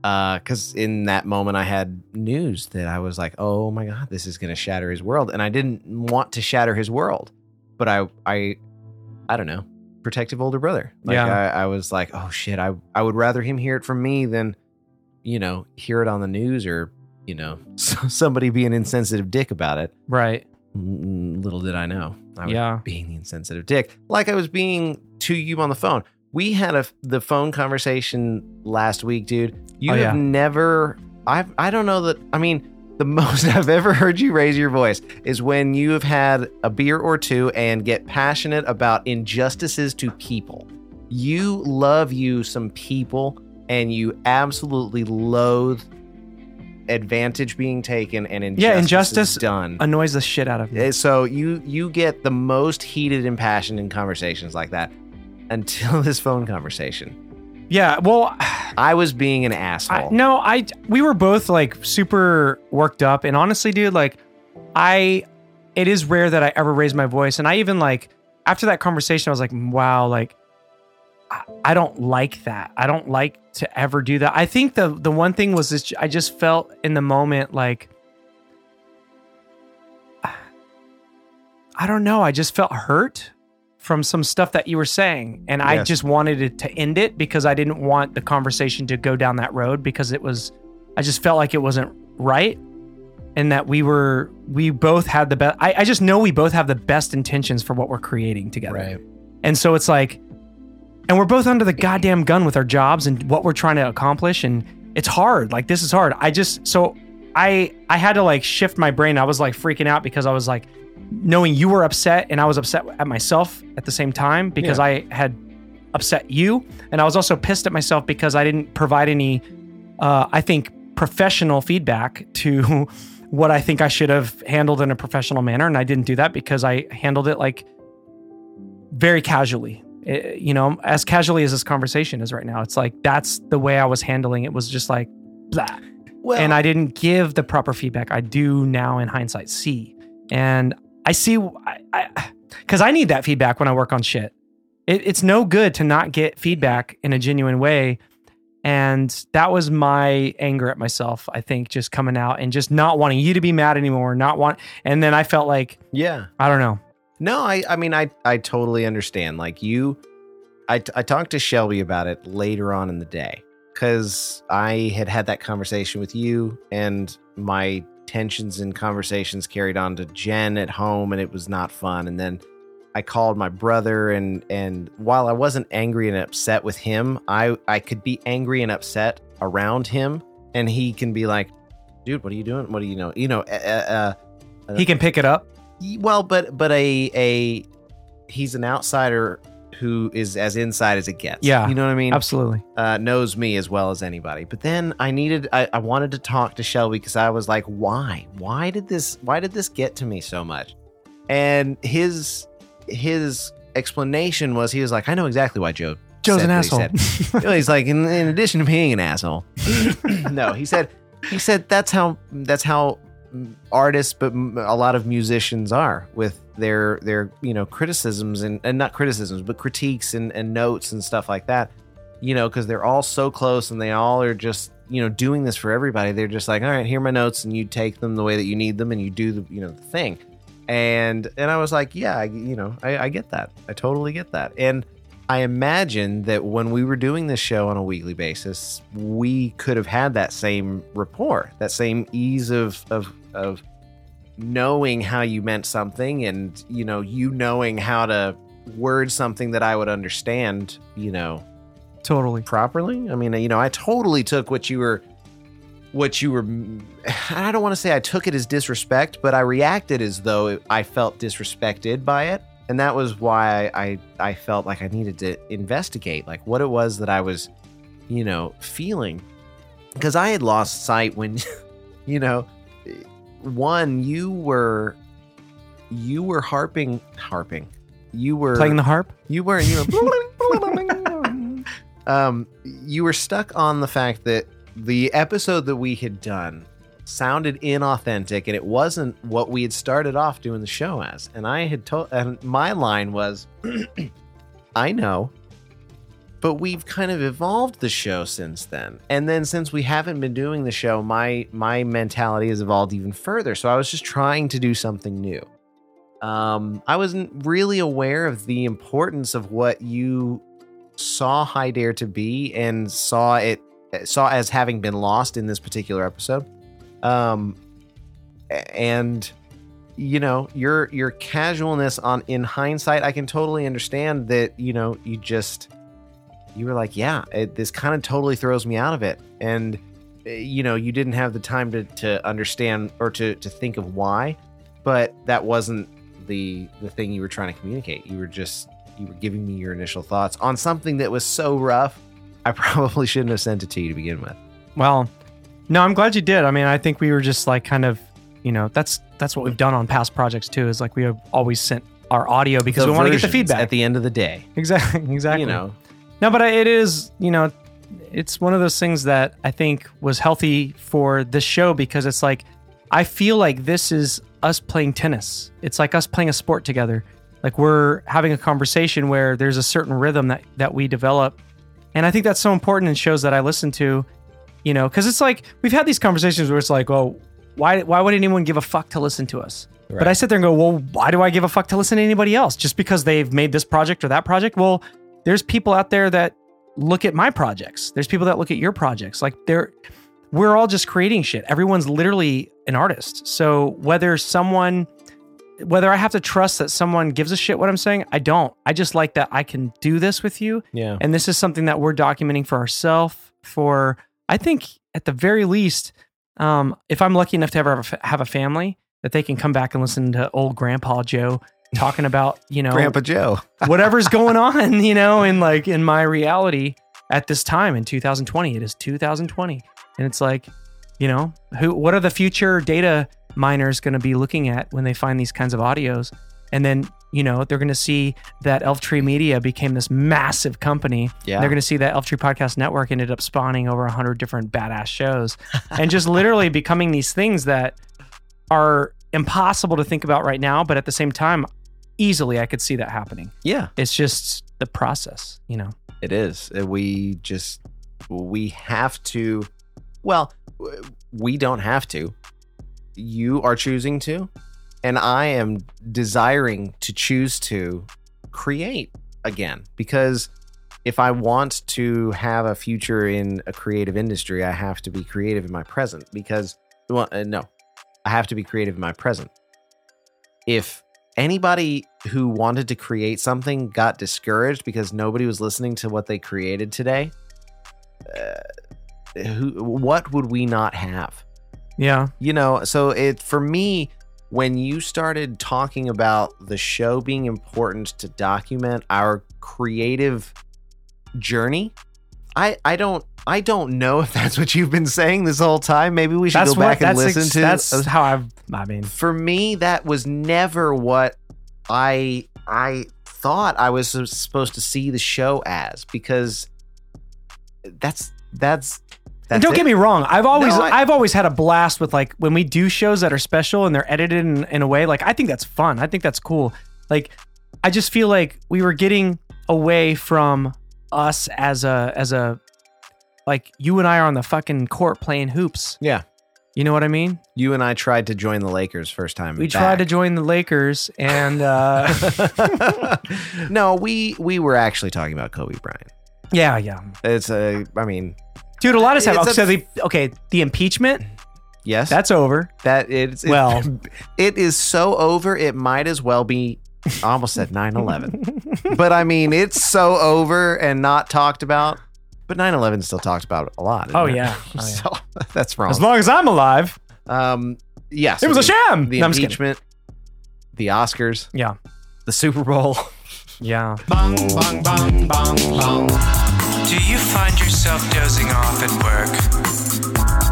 Speaker 2: because Uh, in that moment I had news that I was like, "Oh my god, this is going to shatter his world," and I didn't want to shatter his world, but I, I, I don't know, protective older brother. Like
Speaker 3: Yeah.
Speaker 2: I, I was like, "Oh shit, I, I would rather him hear it from me than, you know, hear it on the news or you know, s- somebody be an insensitive dick about it.
Speaker 3: Right.
Speaker 2: Mm, Little did I know, I was
Speaker 3: Yeah.
Speaker 2: being the insensitive dick, like I was being to you on the phone. We had a the phone conversation last week, dude. You
Speaker 3: Oh, yeah.
Speaker 2: have never, I I don't know that. I mean, the most I've ever heard you raise your voice is when you have had a beer or two and get passionate about injustices to people. You love you some people, and you absolutely loathe advantage being taken and injustice,
Speaker 3: Yeah, injustice-
Speaker 2: done.
Speaker 3: Annoys the shit out of me.
Speaker 2: Uh, So you you get the most heated and passionate in conversations like that until this phone conversation.
Speaker 3: yeah. Well,
Speaker 2: I was being an
Speaker 3: I,
Speaker 2: asshole.
Speaker 3: no, I we were both like super worked up, and honestly, dude, like I, it is rare that I ever raise my voice, and I even like after that conversation, I was like, wow, like I, I don't like that. I don't like to ever do that. I think the the one thing was this, I just felt in the moment like I don't know. I just felt hurt from some stuff that you were saying. And I
Speaker 2: Yes.
Speaker 3: just wanted it to end it because I didn't want the conversation to go down that road because it was, I just felt like it wasn't right. And that we were, we both had the best, I, I just know we both have the best intentions for what we're creating together.
Speaker 2: Right.
Speaker 3: And so it's like, and we're both under the goddamn gun with our jobs and what we're trying to accomplish. And it's hard. Like this is hard. I just so I I had to like shift my brain. I was like freaking out because I was like knowing you were upset and I was upset at myself at the same time because I had upset you and I was also pissed at myself because I didn't provide any uh I think professional feedback to what I think I should have handled in a professional manner and I didn't do that because I handled it like very casually. Eh, you know, as casually as this conversation is right now, it's like that's the way I was handling it. Was just like, blah,
Speaker 2: Well,
Speaker 3: and I didn't give the proper feedback. I do now, in hindsight, see, and I see, I, because I, need that feedback when I work on shit. It, it's no good to not get feedback in a genuine way, and that was my anger at myself. I think just coming out and just not wanting you to be mad anymore, not want, and then I felt like
Speaker 2: yeah.
Speaker 3: I don't know.
Speaker 2: No, I, I mean, I, I totally understand. Like you, I, I talked to Shelby about it later on in the day because I had had that conversation with you and my tensions and conversations carried on to Jen at home and it was not fun. And then I called my brother and, and while I wasn't angry and upset with him, I, I could be angry and upset around him and he can be like, dude, what are you doing? What do you know? You know, uh, uh, uh,
Speaker 3: He can pick it up.
Speaker 2: well, but but a a he's an outsider who is as inside as it gets.
Speaker 3: Yeah.
Speaker 2: you know what I mean.
Speaker 3: Absolutely.
Speaker 2: Uh, knows me as well as anybody. But then I needed I, I wanted to talk to Shelby because I was like, why? Why did this? Why did this get to me so much? And his his explanation was he was like, I know exactly why Joe
Speaker 3: Joe's
Speaker 2: said
Speaker 3: an
Speaker 2: what he
Speaker 3: asshole.
Speaker 2: said." You know, he's like, in, in addition to being an asshole, no, he said, he said that's how that's how artists, but m- a lot of musicians are with their their you know criticisms and, and not criticisms, but critiques and, and notes and stuff like that. You know, because they're all so close and they all are just you know doing this for everybody. They're just like, all right, here are my notes, and you take them the way that you need them, and you do the you know the thing. And and I was like, yeah, I, you know, I, I get that. I totally get that. And I imagine that when we were doing this show on a weekly basis, we could have had that same rapport, that same ease of of of knowing how you meant something and you know, you knowing how to word something that I would understand, you know,
Speaker 3: totally.
Speaker 2: properly. I mean, you know, I totally took what you were what you were I don't want to say I took it as disrespect, but I reacted as though I felt disrespected by it. And that was why I I felt like I needed to investigate like what it was that I was, you know, feeling because I had lost sight when you know, one you were you were harping harping. You were
Speaker 3: Playing the harp.
Speaker 2: you were you were um you were stuck on the fact that the episode that we had done sounded inauthentic and it wasn't what we had started off doing the show as. And I had told and my line was I know but we've kind of evolved the show since then. And then since we haven't been doing the show, my my mentality has evolved even further. So I was just trying to do something new um, I wasn't really aware of the importance of what you saw High Dare to be and saw it eh, saw as having been lost in this particular episode. Um, a- and you know your your casualness on in hindsight, I can totally understand that. You know, you just you were like, yeah, it, this kind of totally throws me out of it, and uh, you know you didn't have the time to to understand or to to think of why, but that wasn't the the thing you were trying to communicate. You were just you were giving me your initial thoughts on something that was so rough. I probably shouldn't have sent it to you to begin with.
Speaker 3: Well, no, I'm glad you did. I mean, I think we were just like kind of, you know, that's that's what we've done on past projects too. Is like we have always sent our audio because
Speaker 2: The
Speaker 3: we want to get the
Speaker 2: versions
Speaker 3: feedback.
Speaker 2: at the end of the day.
Speaker 3: exactly, exactly.
Speaker 2: You know,
Speaker 3: No, but I- it is, you know, it's one of those things that I think was healthy for this show because it's like, I feel like this is us playing tennis. It's like us playing a sport together. Like we're having a conversation where there's a certain rhythm that, that we develop. And I think that's so important in shows that I listen to, you know, because it's like we've had these conversations where it's like, oh, why, why would anyone give a fuck to listen to us? But I sit there and go, well, why do I give a fuck to listen to anybody else? Just because they've made this project or that project? Well, there's people out there that look at my projects. There's people that look at your projects. Like they're we're all just creating shit. Everyone's literally an artist. So whether someone whether I have to trust that someone gives a shit what I'm saying, I don't. I just like that I can do this with you.
Speaker 2: Yeah.
Speaker 3: And this is something that we're documenting for ourselves. For I think at the very least, um, if I'm lucky enough to ever have a, f- have a family, that they can come back and listen to old Grandpa Joe talking about you know
Speaker 2: Grandpa Joe.
Speaker 3: whatever's going on, you know, in like in my reality at this time in 2020. It is 2020. And it's like, you know, who what are the future data miners going to be looking at when they find these kinds of audios? And then, you know, they're going to see that Elf Tree Media became this massive company.
Speaker 2: Yeah.
Speaker 3: And They're going to see that Elf Tree Podcast Network ended up spawning over 100 different badass shows and just literally becoming these things that are impossible to think about right now, but at the same time, easily I could see that happening.
Speaker 2: yeah.
Speaker 3: It's just the process, you know.
Speaker 2: It is. Uh, We just we have to. Well, w- we don't have to. You are choosing to, and I am desiring to choose to create again because if I want to have a future in a creative industry, I have to be creative in my present because well, uh, no, I have to be creative in my present. If anybody who wanted to create something got discouraged because nobody was listening to what they created today, uh, who, what would we not have?
Speaker 3: Yeah.
Speaker 2: You know, so it for me, when you started talking about the show being important to document our creative journey, I I don't I don't know if that's what you've been saying this whole time. Maybe we should
Speaker 3: That's
Speaker 2: go back
Speaker 3: what
Speaker 2: and
Speaker 3: that's
Speaker 2: listen
Speaker 3: ex-
Speaker 2: to
Speaker 3: that's how I've I mean
Speaker 2: for me that was never what i i thought i was supposed to see the show as because that's that's that's
Speaker 3: and don't
Speaker 2: it.
Speaker 3: get me wrong. I've always
Speaker 2: No, I-
Speaker 3: I, have always had a blast with like when we do shows that are special and they're edited in, in a way like I think that's fun. I think that's cool. Like I just feel like we were getting away from us as a as a like you and I are on the fucking court playing hoops.
Speaker 2: Yeah.
Speaker 3: You know what I mean?
Speaker 2: you and i tried to join the lakers first time
Speaker 3: We tried to join the Lakers and uh
Speaker 2: to no we we were actually talking about kobe bryant
Speaker 3: yeah, yeah.
Speaker 2: it's a i mean
Speaker 3: Dude, a lot has happened.
Speaker 2: It's a-
Speaker 3: so the, okay, the impeachment,
Speaker 2: yes
Speaker 3: that's over.
Speaker 2: that it's it-
Speaker 3: Well.
Speaker 2: it is so over it might as well be I almost said 9-11 but i mean it's so over and not talked about but 9-11 is still talked about a lot isn't
Speaker 3: Oh,
Speaker 2: it?
Speaker 3: yeah. Oh, yeah.
Speaker 2: so that's wrong
Speaker 3: As long as I'm alive,
Speaker 2: um yes
Speaker 3: it was a sham.
Speaker 2: the
Speaker 3: No, I'm just kidding.
Speaker 2: impeachment the oscars
Speaker 3: Yeah.
Speaker 2: the super bowl
Speaker 3: Yeah.
Speaker 4: Do you find yourself dozing off at work?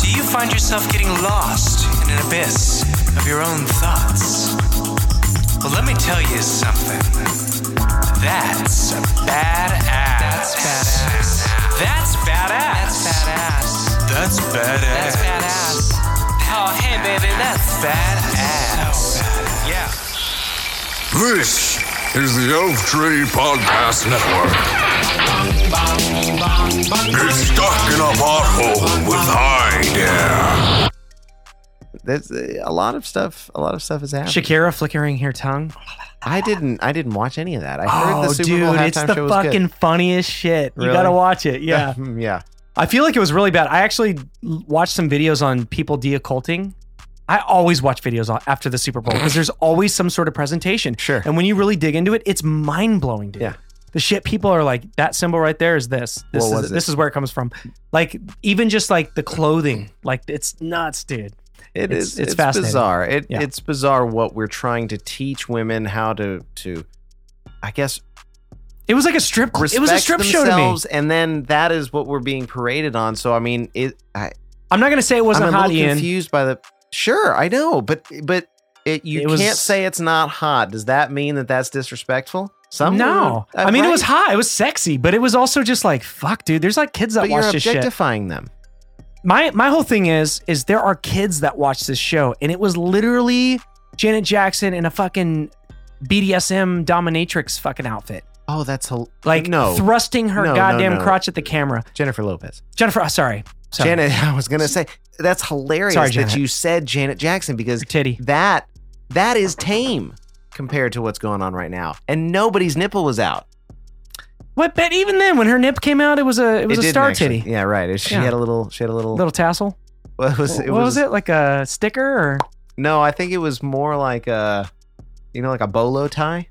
Speaker 4: Do you find yourself getting lost in an abyss of your own thoughts? Well, let me tell you something. That's a badass. That's badass. That's badass. That's badass. That's badass. That's badass. Oh, hey, baby, that's badass. Yeah.
Speaker 1: This is the Elf Tree Podcast Network. Get stuck in a pothole with high dare.
Speaker 2: there's uh, a lot of stuff a lot of stuff is happening
Speaker 3: Shakira flickering her tongue.
Speaker 2: i didn't i didn't watch any of that i heard
Speaker 3: Oh,
Speaker 2: the super
Speaker 3: dude,
Speaker 2: bowl halftime
Speaker 3: it's the
Speaker 2: show was
Speaker 3: fucking funniest shit. You
Speaker 2: Really?
Speaker 3: gotta watch it. Yeah.
Speaker 2: good. yeah
Speaker 3: I feel like it was really bad. I actually l- watched some videos on people deocculting. I always watch videos on- after the Super Bowl because there's always some sort of presentation.
Speaker 2: Sure.
Speaker 3: And when you really dig into it, it's mind blowing, dude.
Speaker 2: Yeah.
Speaker 3: The shit people are like, that symbol right there is this. This
Speaker 2: What
Speaker 3: is
Speaker 2: was it?
Speaker 3: this is where it comes from. Like even just like the clothing, like it's nuts, dude. It's-
Speaker 2: it's,
Speaker 3: it's
Speaker 2: it's,
Speaker 3: fascinating.
Speaker 2: bizarre. It
Speaker 3: Yeah.
Speaker 2: it's bizarre what we're trying to teach women how to to I guess
Speaker 3: It was like a strip.
Speaker 2: respect
Speaker 3: it was a strip show to me.
Speaker 2: themselves, and then that is what we're being paraded on. So I mean, it I,
Speaker 3: I'm not gonna say it wasn't
Speaker 2: I'm a
Speaker 3: hot,
Speaker 2: little
Speaker 3: Ian.
Speaker 2: confused by the sure I know, but but it you
Speaker 3: It was-
Speaker 2: can't say it's not hot. Does that mean that that's disrespectful? Some
Speaker 3: no,
Speaker 2: women-
Speaker 3: I mean it was
Speaker 2: right.
Speaker 3: hot. It was sexy, but it was also just like fuck, dude. There's like kids that
Speaker 2: But
Speaker 3: watch
Speaker 2: you're
Speaker 3: this shit.
Speaker 2: objectifying them.
Speaker 3: my my whole thing is is there are kids that watch this show and it was literally Janet Jackson in a fucking BDSM dominatrix fucking outfit.
Speaker 2: Oh, that's hel-
Speaker 3: Like
Speaker 2: no
Speaker 3: thrusting her
Speaker 2: No, no,
Speaker 3: goddamn
Speaker 2: no.
Speaker 3: crotch at the camera.
Speaker 2: Jennifer Lopez.
Speaker 3: Jennifer, oh, sorry. sorry.
Speaker 2: Janet, I was gonna say that's hilarious
Speaker 3: Sorry,
Speaker 2: that
Speaker 3: Janet.
Speaker 2: you said Janet Jackson because
Speaker 3: Her titty.
Speaker 2: that That is tame compared to what's going on right now. And nobody's nipple was out.
Speaker 3: What? But even then, when her nip came out, it was a it was a
Speaker 2: didn't
Speaker 3: star
Speaker 2: actually-
Speaker 3: titty,
Speaker 2: Yeah, right. It- She
Speaker 3: Yeah.
Speaker 2: had a little. She had a little.
Speaker 3: little tassel.
Speaker 2: what was
Speaker 3: What
Speaker 2: it?
Speaker 3: was it? Like a sticker or
Speaker 2: No, I think it was more like a, you know, like a bolo tie.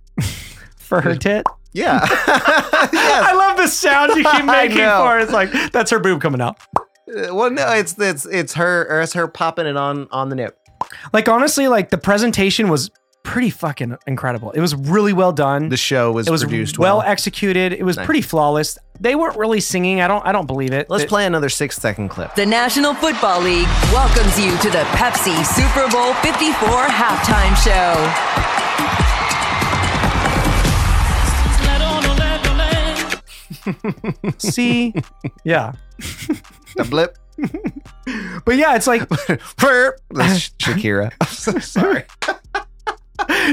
Speaker 3: for her tit?
Speaker 2: Yeah.
Speaker 3: I
Speaker 2: yes.
Speaker 3: love the sound you
Speaker 2: I
Speaker 3: keep making
Speaker 2: know.
Speaker 3: for it. It's like that's her boob coming out.
Speaker 2: Uh, Well, no, it's it's it's her or it's her popping it on on the nip.
Speaker 3: Like honestly, like the presentation was pretty fucking incredible. It was really well done.
Speaker 2: The show was,
Speaker 3: it was
Speaker 2: produced
Speaker 3: well,
Speaker 2: well.
Speaker 3: executed. It was
Speaker 2: Nice.
Speaker 3: pretty flawless. They weren't really singing. I don't I don't believe it.
Speaker 2: Let's
Speaker 3: It-
Speaker 2: play another six second clip.
Speaker 5: The National Football League welcomes you to the Pepsi Super Bowl 54 halftime show.
Speaker 3: see. yeah.
Speaker 2: The blip.
Speaker 3: But yeah, it's like
Speaker 2: Burp. That's Shakira. I'm so sorry.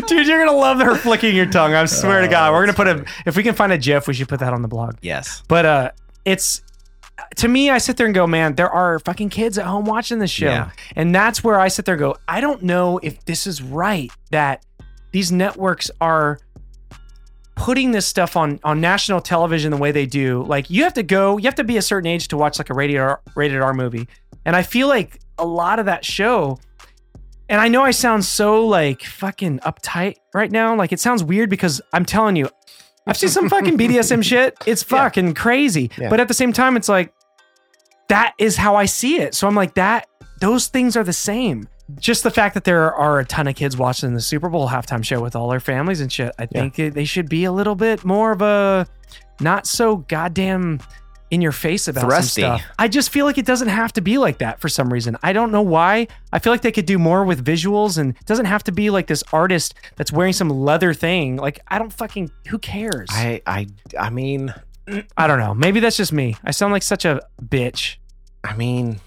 Speaker 3: dude, you're gonna love her flicking your tongue. I swear to God. We're gonna put a if we can find a GIF, we should put that on the blog.
Speaker 2: Yes.
Speaker 3: But uh it's to me, I sit there and go, man, there are fucking kids at home watching this show.
Speaker 2: Yeah.
Speaker 3: And that's where I sit there and go, I don't know if this is right that these networks are putting this stuff on on national television the way they do. Like you have to go, you have to be a certain age to watch like a rated R, rated R movie. And I feel like a lot of that show and I know I sound so like fucking uptight right now. Like it sounds weird because I'm telling you, I've seen some fucking BDSM shit. It's fucking crazy.
Speaker 2: Yeah.
Speaker 3: But at the same time, it's like that is how I see it. So I'm like that. Those things are the same. Just the fact that there are a ton of kids watching the Super Bowl halftime show with all their families and shit. I think they- they should be a little bit more of a not so goddamn in your face about some
Speaker 2: Thrusty.
Speaker 3: stuff. I just feel like it doesn't have to be like that for some reason. I don't know why. I feel like they could do more with visuals and it doesn't have to be like this artist that's wearing some leather thing. Like I don't fucking who cares? I,
Speaker 2: I I I mean
Speaker 3: don't know. Maybe that's just me. I sound like such a bitch.
Speaker 2: I mean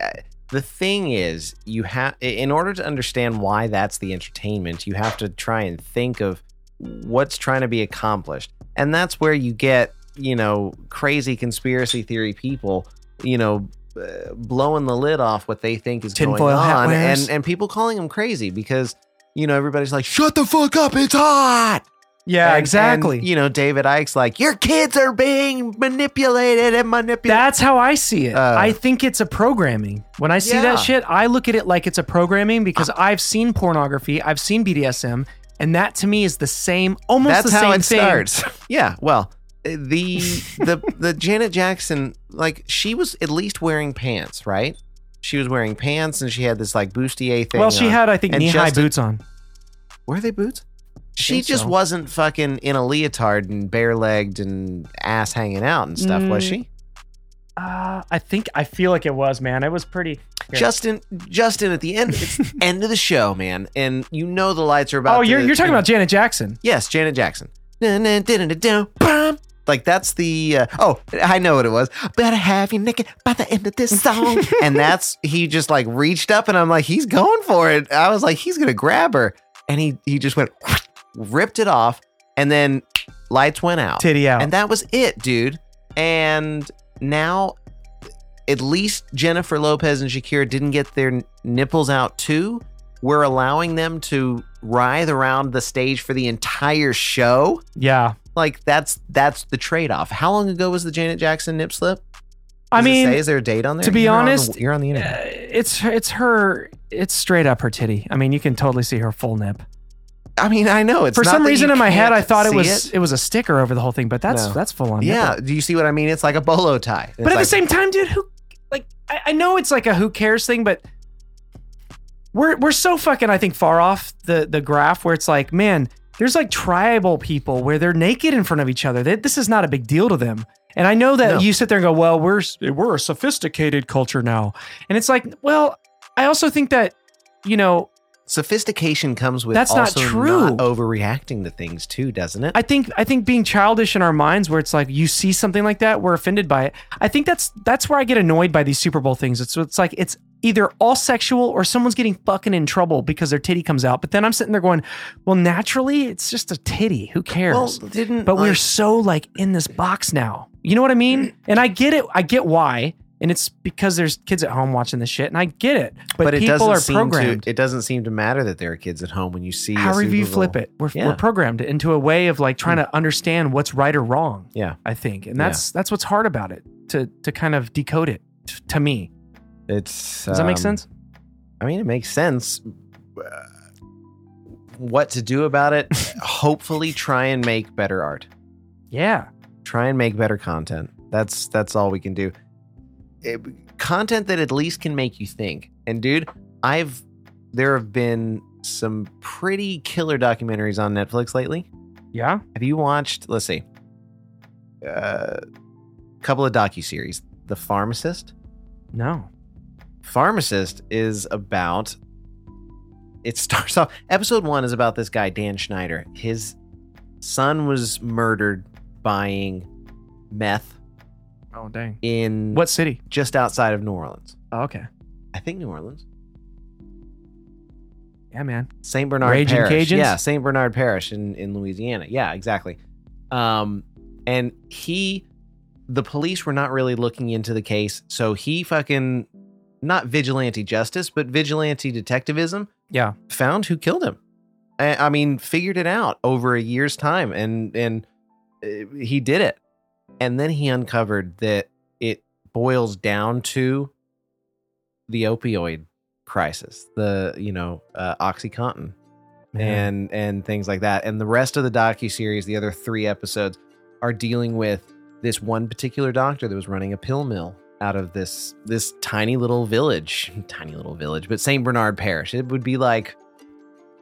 Speaker 2: uh, the thing is you have in order to understand why that's the entertainment, you have to try and think of what's trying to be accomplished. And that's where you get, you know, crazy conspiracy theory people, you know, uh, blowing the lid off what they think is
Speaker 3: Tinfoil
Speaker 2: going
Speaker 3: hat
Speaker 2: on
Speaker 3: wears.
Speaker 2: and and people calling them crazy because you know, everybody's like, shut the fuck up, it's hot.
Speaker 3: Yeah,
Speaker 2: And-
Speaker 3: exactly.
Speaker 2: and, you know, David Ike's like, your kids are being manipulated and manipulated.
Speaker 3: That's how I see it.
Speaker 2: Uh,
Speaker 3: I think it's a programming. When I see
Speaker 2: Yeah. Uh.
Speaker 3: that shit, I look at it like it's a programming because I've seen pornography, I've seen BDSM, and that to me is the same, almost
Speaker 2: That's
Speaker 3: the same
Speaker 2: how it
Speaker 3: thing.
Speaker 2: starts. yeah. Well, uh, the the the Janet Jackson, like she was at least wearing pants, right? She was wearing pants and she had this like bustier thing.
Speaker 3: Well, she
Speaker 2: on.
Speaker 3: had, I think,
Speaker 2: And
Speaker 3: knee high
Speaker 2: Justin-
Speaker 3: boots on.
Speaker 2: Were they boots? She
Speaker 3: think
Speaker 2: just
Speaker 3: so.
Speaker 2: wasn't fucking in a leotard and bare legged and ass hanging out and stuff, was
Speaker 3: Mm.
Speaker 2: she?
Speaker 3: Uh, I think I feel like it was, man. It was pretty. Here.
Speaker 2: Justin, Justin, at the end, it's the end of the show, man, and you know the lights are about.
Speaker 3: Oh,
Speaker 2: to-
Speaker 3: you're you're talking about Janet Jackson.
Speaker 2: Yes, Janet Jackson. Dun-dun-dun-dun-dun, bum. Like that's the uh, oh I know what it was. Better have you naked by the end of this song. and that's he just like reached up and I'm like he's going for it. I was like he's gonna grab her and he he just went ripped it off and then lights went out
Speaker 3: Titty out.
Speaker 2: and that was it, dude. And now at least Jennifer Lopez and Shakira didn't get their n- nipples out too. We're allowing them to writhe around the stage for the entire show.
Speaker 3: yeah.
Speaker 2: Like that's that's the trade-off. How long ago was the Janet Jackson nip slip? Does
Speaker 3: I
Speaker 2: it say?
Speaker 3: mean,
Speaker 2: is there a date on there?
Speaker 3: to be
Speaker 2: You're on the-
Speaker 3: honest,
Speaker 2: you're on the
Speaker 3: uh,
Speaker 2: internet.
Speaker 3: it's it's her. It's straight up her titty. I mean, you can totally see her full nip.
Speaker 2: I mean, I know it's
Speaker 3: For
Speaker 2: not
Speaker 3: some
Speaker 2: that
Speaker 3: reason,
Speaker 2: you
Speaker 3: in my head,
Speaker 2: can't
Speaker 3: I thought it
Speaker 2: see
Speaker 3: was it? was a sticker over the whole thing, but that's
Speaker 2: No.
Speaker 3: that's full on. nipple.
Speaker 2: Yeah, do you see what I mean? It's like a bolo tie. It's
Speaker 3: but at
Speaker 2: like-
Speaker 3: the same time, dude, who like I, I know it's like a who cares thing, but we're we're so fucking I think far off the the graph where it's like, man, there's like tribal people where they're naked in front of each other. They, this is not a big deal to them. And I know that
Speaker 2: No.
Speaker 3: you sit there and go, well, we're we're a sophisticated culture now, and it's like, well, I also think that you know
Speaker 2: sophistication comes with
Speaker 3: That's not
Speaker 2: also
Speaker 3: true.
Speaker 2: not overreacting to things too, doesn't it?
Speaker 3: I think I think being childish in our minds, where it's like you see something like that, we're offended by it. I think that's that's where I get annoyed by these Super Bowl things. It's it's like it's either all sexual or someone's getting fucking in trouble because their titty comes out. But then I'm sitting there going, well, naturally, it's just a titty. Who cares?
Speaker 2: Well, didn't
Speaker 3: but we're
Speaker 2: like-
Speaker 3: so like in this box now. You know what I mean? And I get it. I get why. and it's because there's kids at home watching this shit, and I get it. But,
Speaker 2: But, it
Speaker 3: people
Speaker 2: doesn't
Speaker 3: are
Speaker 2: seem
Speaker 3: programmed.
Speaker 2: to. It doesn't seem to matter that there are kids at home when you see. a
Speaker 3: However you
Speaker 2: Super Bowl.
Speaker 3: flip it, we're,
Speaker 2: Yeah. Hmm.
Speaker 3: we're programmed into a way of like trying to understand what's right or wrong.
Speaker 2: Yeah,
Speaker 3: I think, and
Speaker 2: Yeah.
Speaker 3: that's that's what's hard about it to to kind of decode it t- to me.
Speaker 2: it's.
Speaker 3: Does that make
Speaker 2: um,
Speaker 3: sense?
Speaker 2: I mean, it makes sense. Uh, What to do about it? Hopefully, try and make better art.
Speaker 3: Yeah.
Speaker 2: Try and make better content. That's that's all we can do. It- content that at least can make you think. And dude, I've there have been some pretty killer documentaries on Netflix lately.
Speaker 3: Yeah.
Speaker 2: Have you watched? Let's see. A couple of docu series. The Pharmacist.
Speaker 3: No.
Speaker 2: Pharmacist is about. It starts off. Episode one is about this guy Dan Schneider. His son was murdered buying meth
Speaker 3: Oh dang.
Speaker 2: in
Speaker 3: What city?
Speaker 2: just outside of New Orleans.
Speaker 3: Oh, okay.
Speaker 2: I think New Orleans.
Speaker 3: Yeah, man.
Speaker 2: St. Bernard
Speaker 3: Raging
Speaker 2: Parish.
Speaker 3: Cajuns?
Speaker 2: Yeah, St. Bernard Parish in, in Louisiana. Yeah, exactly. Um, and he, the police were not really looking into the case. So he fucking, not vigilante justice, but vigilante detectivism,
Speaker 3: Yeah.
Speaker 2: found who killed him. I, I mean, figured it out over a year's time and, and uh, he did it. And then he uncovered that it boils down to the opioid crisis, the, you know, uh, Oxycontin and and things like that. And the rest of the docu series, the other three episodes, are dealing with this one particular doctor that was running a pill mill out of this this tiny little village, tiny little village, but Saint Bernard Parish. It would be like,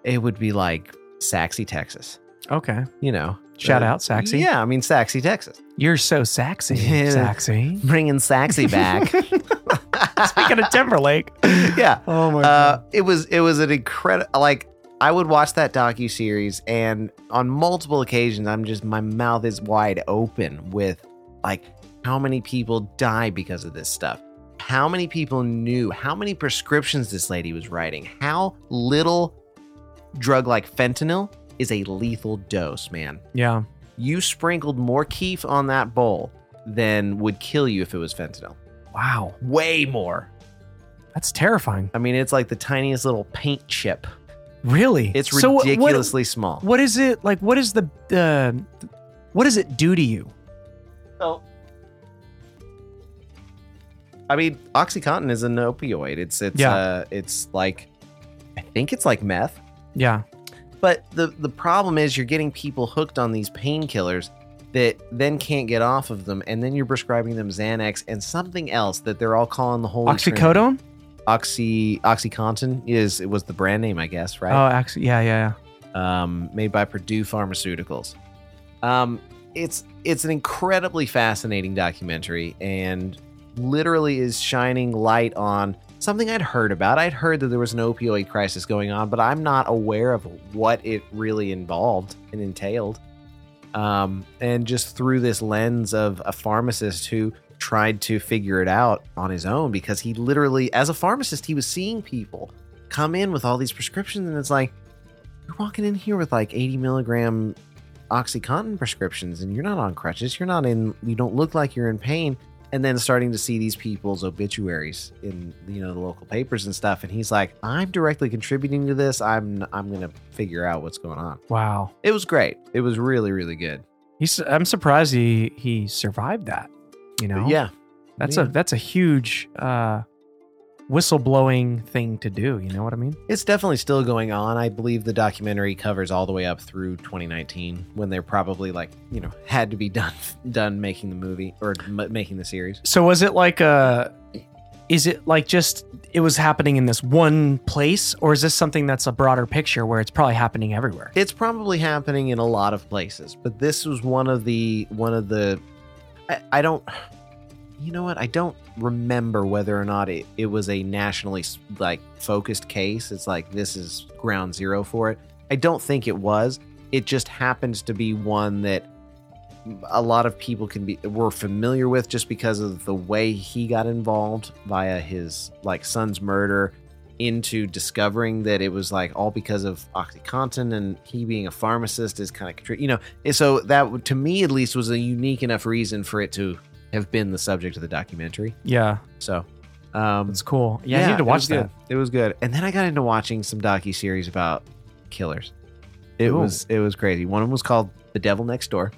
Speaker 2: it would be like Saxy, Texas.
Speaker 3: okay.
Speaker 2: You know,
Speaker 3: Shout
Speaker 2: Uh,
Speaker 3: out, Saxy.
Speaker 2: Yeah, I mean Saxy, Texas,
Speaker 3: You're so sexy,
Speaker 2: Yeah.
Speaker 3: sexy.
Speaker 2: bringing Saxy back.
Speaker 3: Speaking of Timberlake.
Speaker 2: yeah,
Speaker 3: Oh my
Speaker 2: uh, it was it was an incredible like I would watch that docu series and on multiple occasions I'm just my mouth is wide open with like how many people die because of this stuff. How many people knew how many prescriptions this lady was writing? How little drug like fentanyl is a lethal dose, man.
Speaker 3: yeah.
Speaker 2: You sprinkled more keef on that bowl than would kill you if it was fentanyl.
Speaker 3: Wow.
Speaker 2: Way more.
Speaker 3: That's terrifying.
Speaker 2: I mean, it's like the tiniest little paint chip.
Speaker 3: Really?
Speaker 2: It's
Speaker 3: So what-
Speaker 2: ridiculously small.
Speaker 3: What, what is it like? What is the uh, what does it do to you?
Speaker 2: I mean, OxyContin is an opioid. It's it's
Speaker 3: Yeah.
Speaker 2: uh, it's like I think it's like meth.
Speaker 3: Yeah.
Speaker 2: But the the problem is you're getting people hooked on these painkillers that then can't get off of them, and then you're prescribing them Xanax and something else that they're all calling the whole
Speaker 3: Oxycodone?
Speaker 2: Oxy OxyContin is it was the brand name, I guess, right?
Speaker 3: Oh, actually, yeah, yeah,
Speaker 2: um, made by Purdue Pharmaceuticals. Um, it's it's an incredibly fascinating documentary, and literally is shining light on something I'd heard about. I'd heard that there was an opioid crisis going on, but I'm not aware of what it really involved and entailed. Um, and just through this lens of a pharmacist who tried to figure it out on his own, because he literally, as a pharmacist, he was seeing people come in with all these prescriptions, and it's like you're walking in here with like 80 milligram oxycontin prescriptions and you're not on crutches you're not in you don't look like you're in pain and then starting to see these people's obituaries in you know the local papers and stuff and he's like i'm directly contributing to this i'm i'm gonna figure out what's going on
Speaker 3: yeah. Wow.
Speaker 2: it was great it was really really good
Speaker 3: He's I'm surprised he he survived that. You know?
Speaker 2: yeah
Speaker 3: That's
Speaker 2: yeah.
Speaker 3: a that's a huge uh whistleblowing thing to do, you know what I mean?
Speaker 2: It's definitely still going on. I believe the documentary covers all the way up through 2019 when they're probably like, you know, had to be done done making the movie or m- making the series.
Speaker 3: So was it like a is it like just it was happening in this one place or is this something that's a broader picture where it's probably happening everywhere?
Speaker 2: It's probably happening in a lot of places, but this was one of the one of the I, I don't you know what? I don't remember whether or not it, it was a nationally like focused case. It's like this is ground zero for it. I don't think it was. It just happens to be one that a lot of people can be were familiar with just because of the way he got involved via his like son's murder into discovering that it was like all because of OxyContin and he being a pharmacist is kind of you know and so that to me at least was a unique enough reason for it to have been the subject of the documentary.
Speaker 3: Yeah,
Speaker 2: So, um,
Speaker 3: it's cool. Yeah, I need to watch
Speaker 2: it was
Speaker 3: that.
Speaker 2: Good. It was good. And then I got into watching some docu series about killers. It
Speaker 3: Cool.
Speaker 2: was it was crazy. One of them was called The Devil Next Door.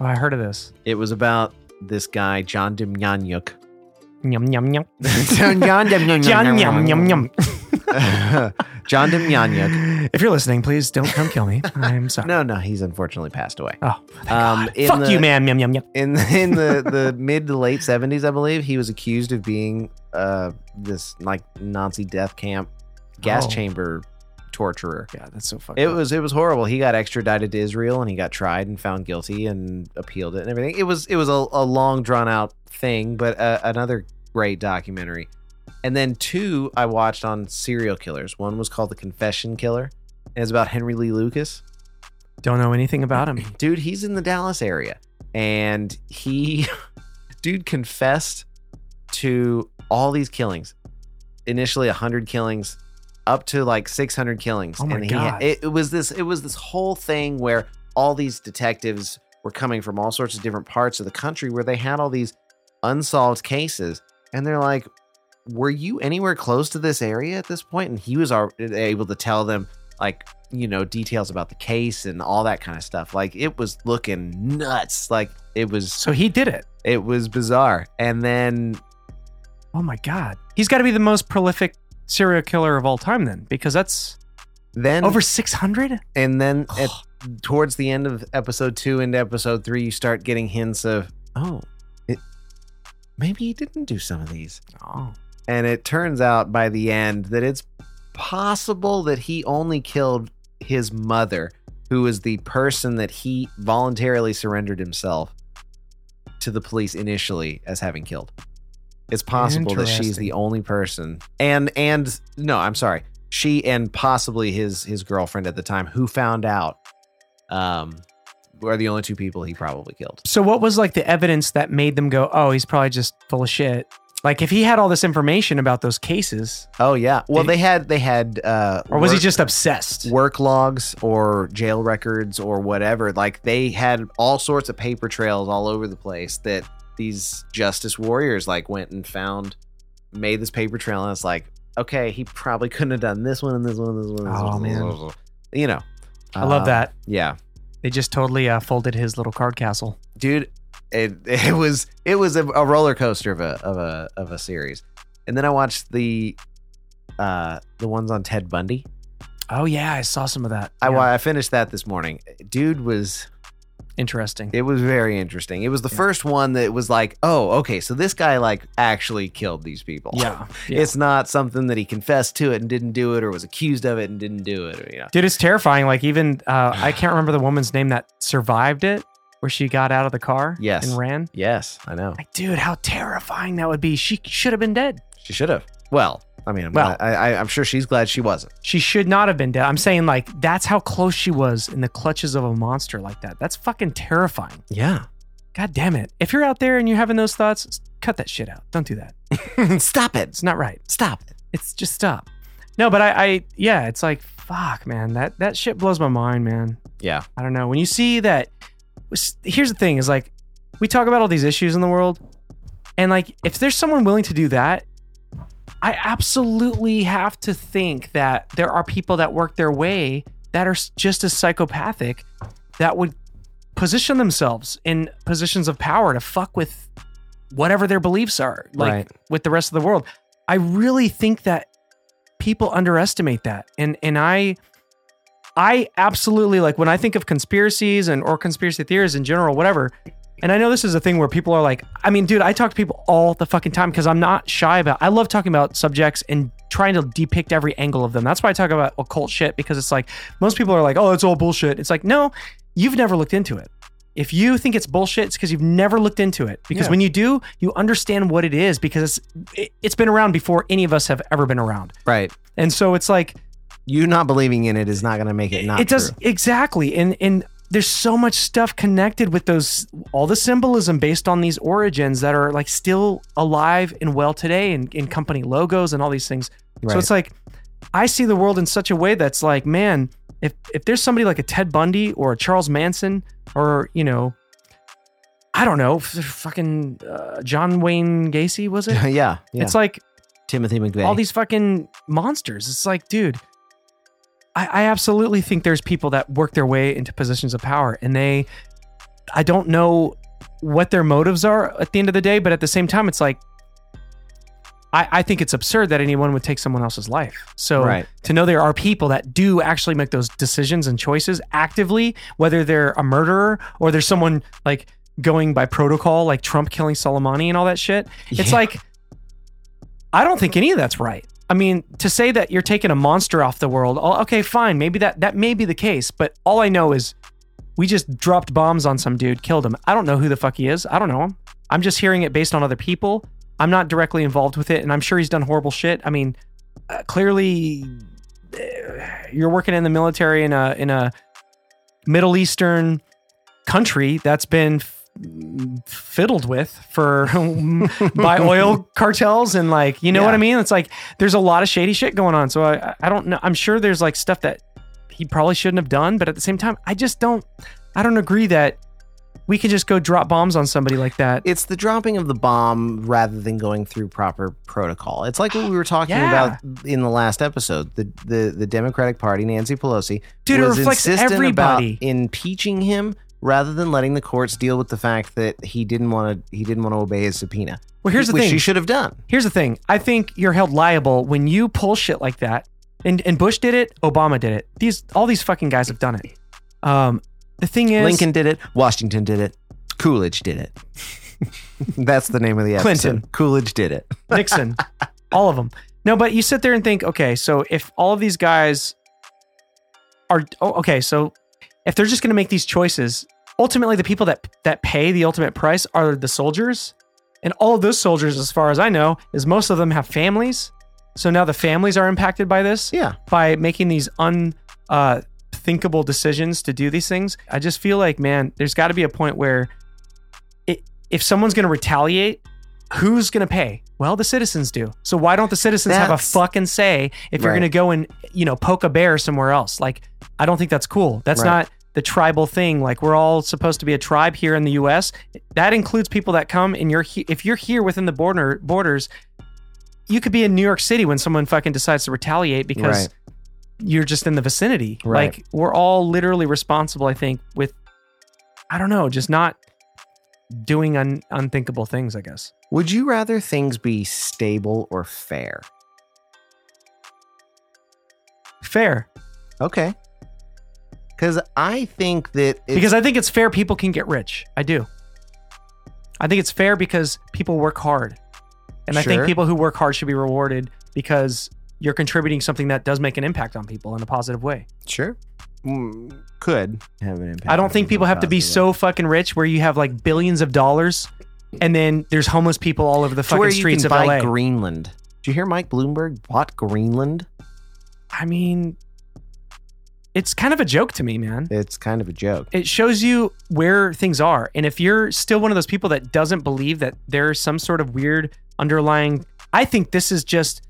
Speaker 3: Oh, I heard of this.
Speaker 2: It was about this guy John Demjanjuk.
Speaker 3: Yum yum yum.
Speaker 2: John Demjanjuk.
Speaker 3: Yum yum yum yum.
Speaker 2: John Demjanjuk.
Speaker 3: If you're listening, please don't come kill me. I'm sorry.
Speaker 2: No, no, he's unfortunately passed away.
Speaker 3: Oh,
Speaker 2: Um, in
Speaker 3: fuck
Speaker 2: the-
Speaker 3: you, man. Yum yum yum.
Speaker 2: in in the, the mid to late seventies, I believe, he was accused of being uh this like Nazi death camp gas
Speaker 3: Oh.
Speaker 2: chamber torturer.
Speaker 3: Yeah, that's so fucking.
Speaker 2: It was it was horrible. He got extradited to Israel and he got tried and found guilty and appealed it and everything. It was it was a, a long drawn out thing, but uh, another great documentary. And then two I watched on serial killers. One was called The Confession Killer, and it's about Henry Lee Lucas
Speaker 3: Don't know anything about him.
Speaker 2: dude, he's in the Dallas area. And he, dude, confessed to all these killings. Initially 100 killings, up to like 600 killings.
Speaker 3: Oh my
Speaker 2: and
Speaker 3: God.
Speaker 2: He, it, it was this, it was this whole thing where all these detectives were coming from all sorts of different parts of the country where they had all these unsolved cases. And they're like, were you anywhere close to this area at this point? And he was al- able to tell them like you know details about the case and all that kind of stuff like it was looking nuts like it was
Speaker 3: So he did it.
Speaker 2: it was bizarre and then
Speaker 3: Oh my god. He's got to be the most prolific serial killer of all time then because that's
Speaker 2: then
Speaker 3: over 600?
Speaker 2: and then at, towards the end of episode two into episode three you start getting hints of oh it, maybe he didn't do some of these
Speaker 3: Oh.
Speaker 2: and it turns out by the end that it's possible that he only killed his mother who is the person that he voluntarily surrendered himself to the police initially as having killed it's possible that she's
Speaker 3: Interesting.
Speaker 2: the only person and and no i'm sorry she and possibly his his girlfriend at the time who found out um were the only two people he probably killed
Speaker 3: So what was like the evidence that made them go, "Oh, he's probably just full of shit." Like if he had all this information about those cases
Speaker 2: oh yeah well
Speaker 3: Did-
Speaker 2: they had they had uh
Speaker 3: or was he
Speaker 2: work-
Speaker 3: just obsessed?
Speaker 2: work logs or jail records or whatever. Like they had all sorts of paper trails all over the place that these justice warriors like went and found, made this paper trail, and it's like, okay, he probably couldn't have done this one and this one and this one. And this
Speaker 3: Oh,
Speaker 2: one, and this
Speaker 3: man.
Speaker 2: one. you know,
Speaker 3: I love
Speaker 2: Uh,
Speaker 3: that.
Speaker 2: Yeah,
Speaker 3: They just totally uh, folded his little card castle.
Speaker 2: dude, it it was it was a, a roller coaster of a of a of a series, and then I watched the uh the ones on Ted Bundy.
Speaker 3: Oh yeah, I saw some of that. Yeah.
Speaker 2: I wa- I finished that this morning. Dude was
Speaker 3: Interesting.
Speaker 2: It was very interesting. It was the first one that was like, oh, okay, so this guy like actually killed these people.
Speaker 3: yeah. yeah.
Speaker 2: It's not something that he confessed to it and didn't do it or was accused of it and didn't do it. Or, you know.
Speaker 3: Dude, it's terrifying. Like even uh, I can't remember the woman's name that survived it where she got out of the car
Speaker 2: Yes.
Speaker 3: and ran.
Speaker 2: Yes, I know.
Speaker 3: Like, dude, how terrifying that would be. She should have been dead.
Speaker 2: She should have. Well, I mean, I'm,
Speaker 3: Well-
Speaker 2: glad- I, I, I'm sure she's glad she wasn't.
Speaker 3: She should not have been dead. I'm saying, like, that's how close she was in the clutches of a monster like that. That's fucking terrifying.
Speaker 2: Yeah.
Speaker 3: God damn it. If you're out there and you're having those thoughts, s- cut that shit out. Don't do that.
Speaker 2: Stop it.
Speaker 3: It's not right.
Speaker 2: Stop it.
Speaker 3: It's just stop. No, but I, I yeah, it's like, fuck, man. That, that shit blows my mind, man.
Speaker 2: Yeah.
Speaker 3: I don't know. When you see that, s- here's the thing: is like we talk about all these issues in the world, and like if there's someone willing to do that, I absolutely have to think that there are people that work their way that are s- just as psychopathic that would position themselves in positions of power to fuck with whatever their beliefs are, like
Speaker 2: Right.
Speaker 3: with the rest of the world. I really think that people underestimate that, and and I. I absolutely like when I think of conspiracies and or conspiracy theories in general, whatever. And I know this is a thing where people are like, I mean, dude, I talk to people all the fucking time because I'm not shy about. I love talking about subjects and trying to depict every angle of them. That's why I talk about occult shit because it's like most people are like, oh, it's all bullshit. It's like, no, you've never looked into it. If you think it's bullshit, it's because you've never looked into it. Because
Speaker 2: Yeah.
Speaker 3: when you do, you understand what it is because it's it- it's been around before any of us have ever been around.
Speaker 2: Right.
Speaker 3: And so it's like
Speaker 2: You not believing in it is not going to make it not
Speaker 3: it does
Speaker 2: true.
Speaker 3: exactly and and there's so much stuff connected with those all the symbolism based on these origins that are like still alive and well today and in company logos and all these things
Speaker 2: Right.
Speaker 3: so it's like i see the world in such a way that's like man if if there's somebody like a ted bundy or a charles manson or you know I don't know, f- fucking uh, John Wayne Gacy was it?
Speaker 2: yeah, yeah.
Speaker 3: It's like
Speaker 2: Timothy McVeigh.
Speaker 3: all these fucking monsters. It's like, dude, I, I absolutely think there's people that work their way into positions of power and they, I don't know what their motives are at the end of the day, but at the same time, it's like, I, I think it's absurd that anyone would take someone else's life. So
Speaker 2: Right.
Speaker 3: to know there are people that do actually make those decisions and choices actively, whether they're a murderer or there's someone like going by protocol, like Trump killing Soleimani and all that shit. It's
Speaker 2: Yeah.
Speaker 3: like, I don't think any of that's right. I mean, to say that you're taking a monster off the world, oh, okay, fine, maybe that that may be the case, but all I know is we just dropped bombs on some dude, killed him. I don't know who the fuck he is. I don't know him. I'm just hearing it based on other people. I'm not directly involved with it, and I'm sure he's done horrible shit. I mean, uh, clearly, uh, you're working in the military in a in a Middle Eastern country that's been f- fiddled with for by oil cartels and like you know what
Speaker 2: Yeah.
Speaker 3: I mean. It's like there's a lot of shady shit going on. So I I don't know. I'm sure there's like stuff that he probably shouldn't have done, but at the same time, I just don't I don't agree that we can just go drop bombs on somebody like that.
Speaker 2: it's the dropping of the bomb rather than going through proper protocol. It's like what we were talking
Speaker 3: Yeah.
Speaker 2: about in the last episode. The the the Democratic Party, Nancy Pelosi,
Speaker 3: Dude, it
Speaker 2: was
Speaker 3: reflects
Speaker 2: insistent
Speaker 3: everybody.
Speaker 2: about impeaching him rather than letting the courts deal with the fact that he didn't want to he didn't want to obey his subpoena.
Speaker 3: Well, here's the
Speaker 2: which
Speaker 3: thing.
Speaker 2: she should have done.
Speaker 3: Here's the thing. I think you're held liable when you pull shit like that. And and Bush did it, Obama did it. These all these fucking guys have done it. Um the thing is
Speaker 2: Lincoln did it. Washington did it. Coolidge did it. That's the name of the episode.
Speaker 3: Clinton.
Speaker 2: Coolidge did it.
Speaker 3: Nixon, all of them. No, but you sit there and think, okay, so if all of these guys are oh, okay, so if they're just going to make these choices, ultimately the people that that pay the ultimate price are the soldiers, and all of those soldiers, as far as I know, is most of them have families. So now the families are impacted by this
Speaker 2: Yeah.
Speaker 3: by making these un uh, thinkable decisions to do these things. I just feel like, man, there's got to be a point where it, if someone's going to retaliate, who's going to pay? Well, the citizens do. So why don't the citizens have a
Speaker 2: That's-
Speaker 3: fucking say if you're
Speaker 2: Right.
Speaker 3: going to go and, you know, poke a bear somewhere else? Like, I don't think that's cool. That's
Speaker 2: Right.
Speaker 3: not the tribal thing. Like, we're all supposed to be a tribe here in the U.S. That includes people that come and you're, he- if you're here within the border borders, you could be in New York City when someone fucking decides to retaliate because
Speaker 2: Right.
Speaker 3: you're just in the vicinity.
Speaker 2: Right.
Speaker 3: Like we're all literally responsible, I think, with I don't know, just not doing un- unthinkable things, I guess.
Speaker 2: Would you rather things be stable or fair?
Speaker 3: Fair.
Speaker 2: Okay. Because I think that it's,
Speaker 3: because I think it's fair people can get rich. I do. I think it's fair because people work hard. And I think
Speaker 2: Sure.
Speaker 3: people who work hard should be rewarded because you're contributing something that does make an impact on people in a positive way.
Speaker 2: sure Mm, could have an impact.
Speaker 3: I don't think people have to be so fucking rich where you have like billions of dollars and then there's homeless people all over the
Speaker 2: to
Speaker 3: fucking
Speaker 2: where you
Speaker 3: streets
Speaker 2: can
Speaker 3: of
Speaker 2: buy
Speaker 3: LA.
Speaker 2: Greenland. Did you hear Mike Bloomberg bought Greenland?
Speaker 3: I mean, it's kind of a joke to me, man.
Speaker 2: It's kind of a joke.
Speaker 3: It shows you where things are. And if you're still one of those people that doesn't believe that there's some sort of weird underlying, I think this is just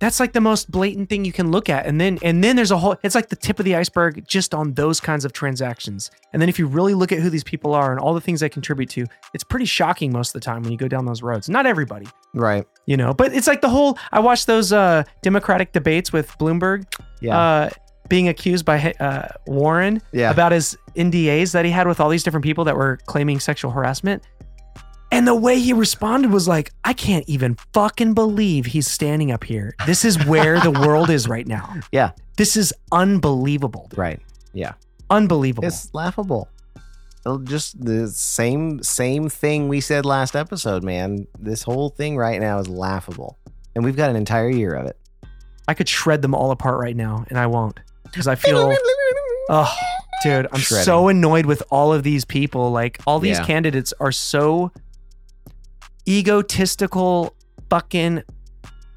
Speaker 3: that's like the most blatant thing you can look at. And then and then there's a whole it's like the tip of the iceberg just on those kinds of transactions. And then if you really look at who these people are and all the things they contribute to, it's pretty shocking most of the time when you go down those roads. Not everybody,
Speaker 2: Right.
Speaker 3: you know, but it's like the whole I watched those uh Democratic debates with Bloomberg
Speaker 2: Yeah.
Speaker 3: uh, being accused by uh, Warren
Speaker 2: Yeah.
Speaker 3: about his NDAs that he had with all these different people that were claiming sexual harassment. And the way he responded was like, I can't even fucking believe he's standing up here. This is where the world is right now.
Speaker 2: Yeah.
Speaker 3: This is unbelievable.
Speaker 2: right.
Speaker 3: Unbelievable.
Speaker 2: It's laughable. It'll Just the same same thing we said last episode, man. This whole thing right now is laughable, and we've got an entire year of it.
Speaker 3: I could shred them all apart right now and I won't because I feel, oh, dude, I'm
Speaker 2: Shredding.
Speaker 3: so annoyed with all of these people. Like, all these
Speaker 2: Yeah.
Speaker 3: candidates are so egotistical, fucking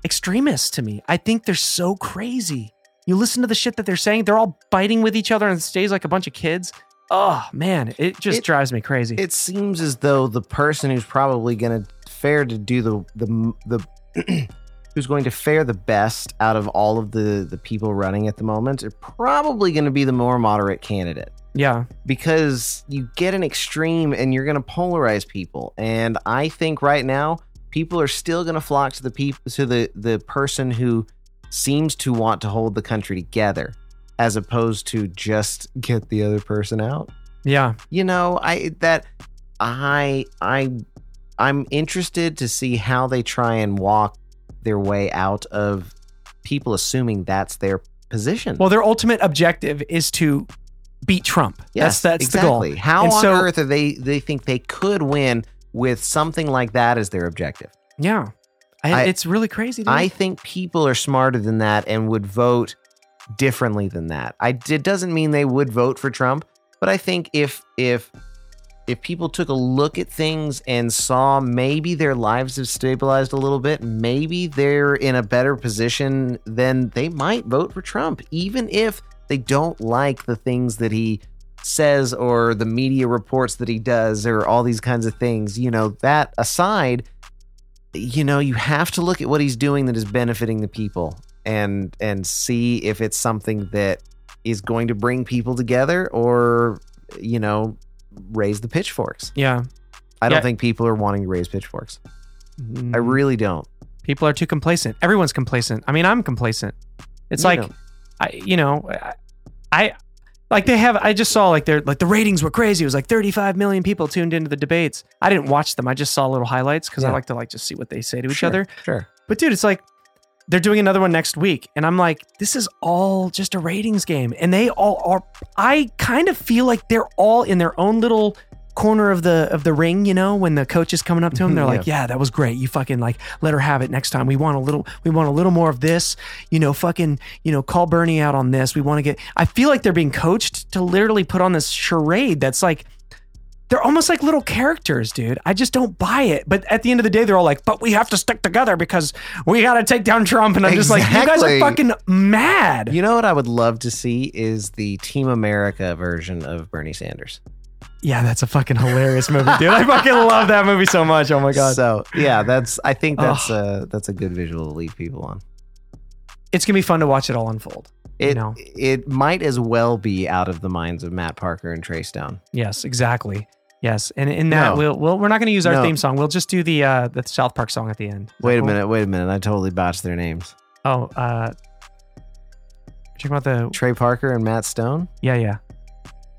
Speaker 3: extremists to me. I think they're so crazy. You listen to the shit that they're saying, they're all biting with each other on stage like a bunch of kids. Oh, man, it just
Speaker 2: It-
Speaker 3: drives me crazy.
Speaker 2: It seems as though the person who's probably going to fare to do the the the who's going to fare the best out of all of the the people running at the moment are probably going to be the more moderate candidate.
Speaker 3: Yeah.
Speaker 2: because you get an extreme and you're going to polarize people. And I think right now people are still going to flock to the people to the the person who seems to want to hold the country together as opposed to just get the other person out.
Speaker 3: Yeah.
Speaker 2: You know, I that I I I'm interested to see how they try and walk their way out of people assuming that's their position.
Speaker 3: Well, their ultimate objective is to beat Trump. that's
Speaker 2: Yes,
Speaker 3: that's
Speaker 2: exactly.
Speaker 3: the goal.
Speaker 2: How
Speaker 3: And
Speaker 2: on
Speaker 3: so-
Speaker 2: earth are they? They think they could win with something like that as their objective.
Speaker 3: Yeah. I,
Speaker 2: I-
Speaker 3: it's really crazy. Dude.
Speaker 2: I think people are smarter than that and would vote differently than that. I it doesn't mean they would vote for Trump, but I think if if if people took a look at things and saw maybe their lives have stabilized a little bit, maybe they're in a better position, then they might vote for Trump, even if they don't like the things that he says or the media reports that he does or all these kinds of things. You know, that aside, you know, you have to look at what he's doing that is benefiting the people and and see if it's something that is going to bring people together or you know raise the pitchforks.
Speaker 3: yeah.
Speaker 2: I don't
Speaker 3: Yeah. Mm-hmm.
Speaker 2: think people are wanting to raise pitchforks. I really don't.
Speaker 3: People are too complacent. Everyone's complacent. I mean, I'm complacent. It's
Speaker 2: You
Speaker 3: like,
Speaker 2: know.
Speaker 3: I, you know, I, I, like they have. I just saw like their like the ratings were crazy. It was like 35 million people tuned into the debates. I didn't watch them. I just saw little highlights because I
Speaker 2: Yeah.
Speaker 3: like to like just see what they say to each
Speaker 2: Sure,
Speaker 3: other.
Speaker 2: Sure.
Speaker 3: But dude, it's like they're doing another one next week, and I'm like, this is all just a ratings game, and they all are. I kind of feel like they're all in their own little corner of the of the ring. You know, when the coach is coming up to them, they're like, yeah, that was great. You fucking like let her have it next time. We want a little, we want a little more of this. You know, fucking, you know, call Bernie out on this. We want to get. I feel like they're being coached to literally put on this charade that's like they're almost like little characters, dude. I just don't buy it. But at the end of the day, they're all like, but we have to stick together because we got to take down Trump. And I'm just like, you guys are
Speaker 2: Exactly.
Speaker 3: fucking mad.
Speaker 2: You know what I would love to see is the Team America version of Bernie Sanders.
Speaker 3: Oh Yeah, that's a fucking hilarious movie, dude. I fucking love that movie so much. Oh my God.
Speaker 2: So yeah, that's I think that's uh that's a good visual to lead people on.
Speaker 3: it's going to be fun to watch it all unfold.
Speaker 2: It
Speaker 3: know.
Speaker 2: it might as well be out of the minds of Matt Parker and Trey Stone.
Speaker 3: Yes, exactly. Yes. And in that,
Speaker 2: No.
Speaker 3: we'll, we'll, we're not going to use our
Speaker 2: No.
Speaker 3: theme song. We'll just do the uh, the South Park song at the end. Is that
Speaker 2: Wait a
Speaker 3: cool?
Speaker 2: minute, wait a minute. I totally botched their names.
Speaker 3: Oh, uh, you're talking about the.
Speaker 2: Trey Parker and Matt Stone?
Speaker 3: Yeah, yeah.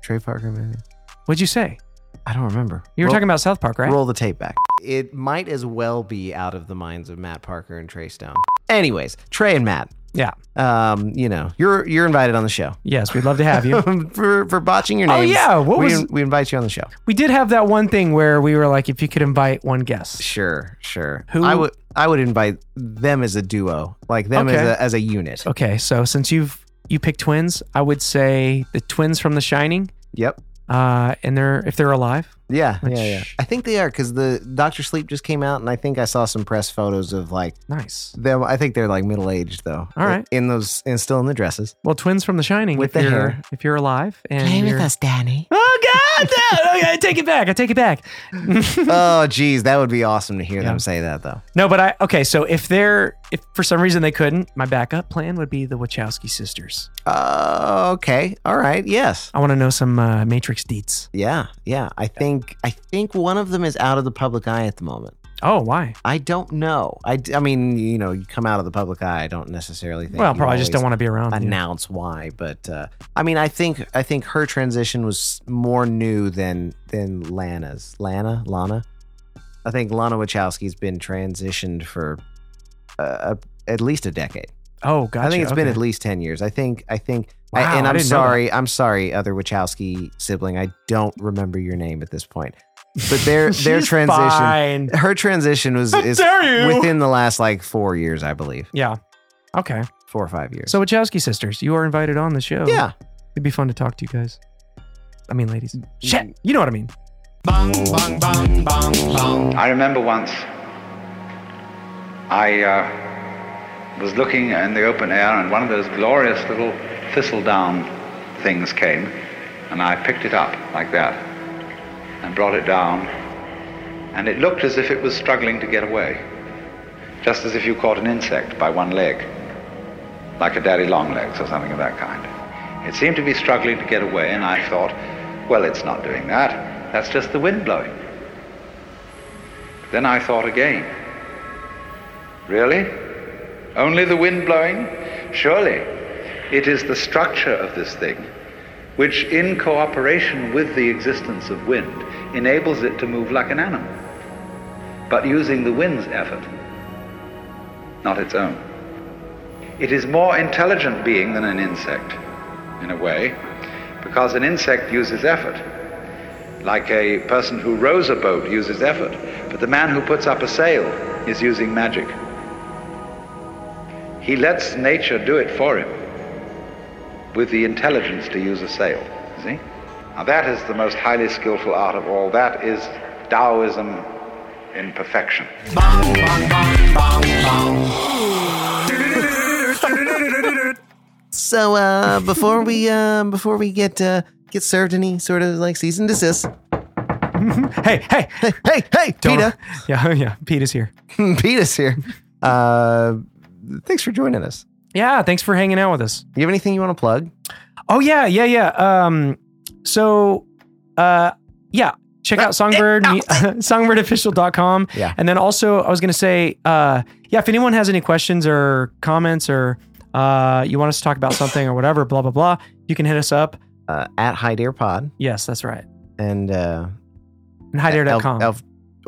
Speaker 2: Trey Parker, maybe.
Speaker 3: What'd you say?
Speaker 2: I don't remember.
Speaker 3: You were
Speaker 2: Roll-
Speaker 3: talking about South Park, right?
Speaker 2: Roll the tape back. It might as well be out of the minds of Matt Parker and Trey Stone. Anyways, Trey and Matt.
Speaker 3: Yeah.
Speaker 2: Um, you know, you're you're invited on the show.
Speaker 3: Yes, we'd love to have you.
Speaker 2: for for botching your
Speaker 3: Oh,
Speaker 2: names.
Speaker 3: yeah, what
Speaker 2: we,
Speaker 3: was-
Speaker 2: we invite you on the show.
Speaker 3: We did have that one thing where we were like, if you could invite one guest.
Speaker 2: Sure, sure.
Speaker 3: Who-
Speaker 2: I would I would invite them as a duo. Like them
Speaker 3: Okay. Oh.
Speaker 2: as a as a unit.
Speaker 3: Okay, so since you've you picked twins, I would say the twins from The Shining,
Speaker 2: Yep.
Speaker 3: uh, and they're if they're alive.
Speaker 2: Yeah,
Speaker 3: Like,
Speaker 2: yeah, yeah.
Speaker 3: sh-
Speaker 2: I think they are because the Doctor Sleep just came out, and I think I saw some press photos of like
Speaker 3: Nice.
Speaker 2: them. I think they're like middle aged though.
Speaker 3: All right.
Speaker 2: in those and still in the dresses.
Speaker 3: Well, twins from The Shining.
Speaker 2: With
Speaker 3: if
Speaker 2: the
Speaker 3: you're,
Speaker 2: hair.
Speaker 3: if you're alive, and you're-
Speaker 2: Danny.
Speaker 3: Oh God! No, okay, I take it back. I take it back.
Speaker 2: oh, geez, that would be awesome to hear
Speaker 3: Yeah.
Speaker 2: them say that though.
Speaker 3: No, but I okay. So if they're if for some reason they couldn't, my backup plan would be the Wachowski sisters.
Speaker 2: Uh, okay, all right, yes,
Speaker 3: I want to know some uh, Matrix deets.
Speaker 2: yeah, yeah. I think I think one of them is out of the public eye at the moment.
Speaker 3: Oh, why?
Speaker 2: I don't know. I, d- I mean, you know, you come out of the public eye. I don't necessarily think.
Speaker 3: Well,
Speaker 2: you
Speaker 3: probably just
Speaker 2: always-
Speaker 3: don't want to be around. you.
Speaker 2: announce why but uh, i mean i think i think her transition was more new than than lana's lana lana i think lana wachowski's been transitioned for uh, a- at least a decade
Speaker 3: Oh, gotcha.
Speaker 2: i think
Speaker 3: it's
Speaker 2: it's been at least 10 years i think i think
Speaker 3: Wow,
Speaker 2: I, and
Speaker 3: I
Speaker 2: i'm
Speaker 3: didn't know
Speaker 2: sorry i'm sorry other wachowski sibling i don't remember your name at this point but their their transition
Speaker 3: Fine.
Speaker 2: her transition was is
Speaker 3: dare you!
Speaker 2: within the last like four years i believe
Speaker 3: Yeah. Okay.
Speaker 2: four or five years
Speaker 3: So Wachowski sisters, you are invited on the show.
Speaker 2: yeah Mm,
Speaker 3: It'd be fun to talk to you guys. I mean, ladies. Shit. You know what I mean.
Speaker 6: I remember once I uh, was looking in the open air and one of those glorious little thistle down things came and I picked it up like that and brought it down and it looked as if it was struggling to get away, just as if you caught an insect by one leg, like a daddy long legs or something of that kind. It seemed to be struggling to get away, and I thought, well, it's not doing that. That's just the wind blowing. Then I thought again. Really? Only the wind blowing? Surely. It is the structure of this thing, which, in cooperation with the existence of wind, enables it to move like an animal, but using the wind's effort, not its own. It is more intelligent being than an insect, in a way, because an insect uses effort, like a person who rows a boat uses effort, but the man who puts up a sail is using magic. He lets nature do it for him with the intelligence to use a sail. you See? Now that is the most highly skillful art of all. That is Taoism in perfection.
Speaker 2: So uh, before we uh, before we get uh, get served any sort of like cease and desist,
Speaker 3: Hey, hey,
Speaker 2: hey hey hey,
Speaker 3: Don't-
Speaker 2: Peta,
Speaker 3: Yeah, yeah. Pete is here.
Speaker 2: Peta's here. Uh, thanks for joining us.
Speaker 3: Yeah, thanks for hanging out with us.
Speaker 2: You have anything you want to plug?
Speaker 3: Oh yeah, yeah, yeah. Um, so, uh, yeah, check out Songbird, me, songbirdofficial.com.
Speaker 2: Yeah.
Speaker 3: And then also, I was gonna say, uh, yeah, if anyone has any questions or comments or uh, you want us to talk about something or whatever, blah blah blah, you can hit us up.
Speaker 2: Uh, at Hide Air Pod
Speaker 3: Yes, that's right.
Speaker 2: and uh,
Speaker 3: And hideair.com.
Speaker 2: Elf- Elf-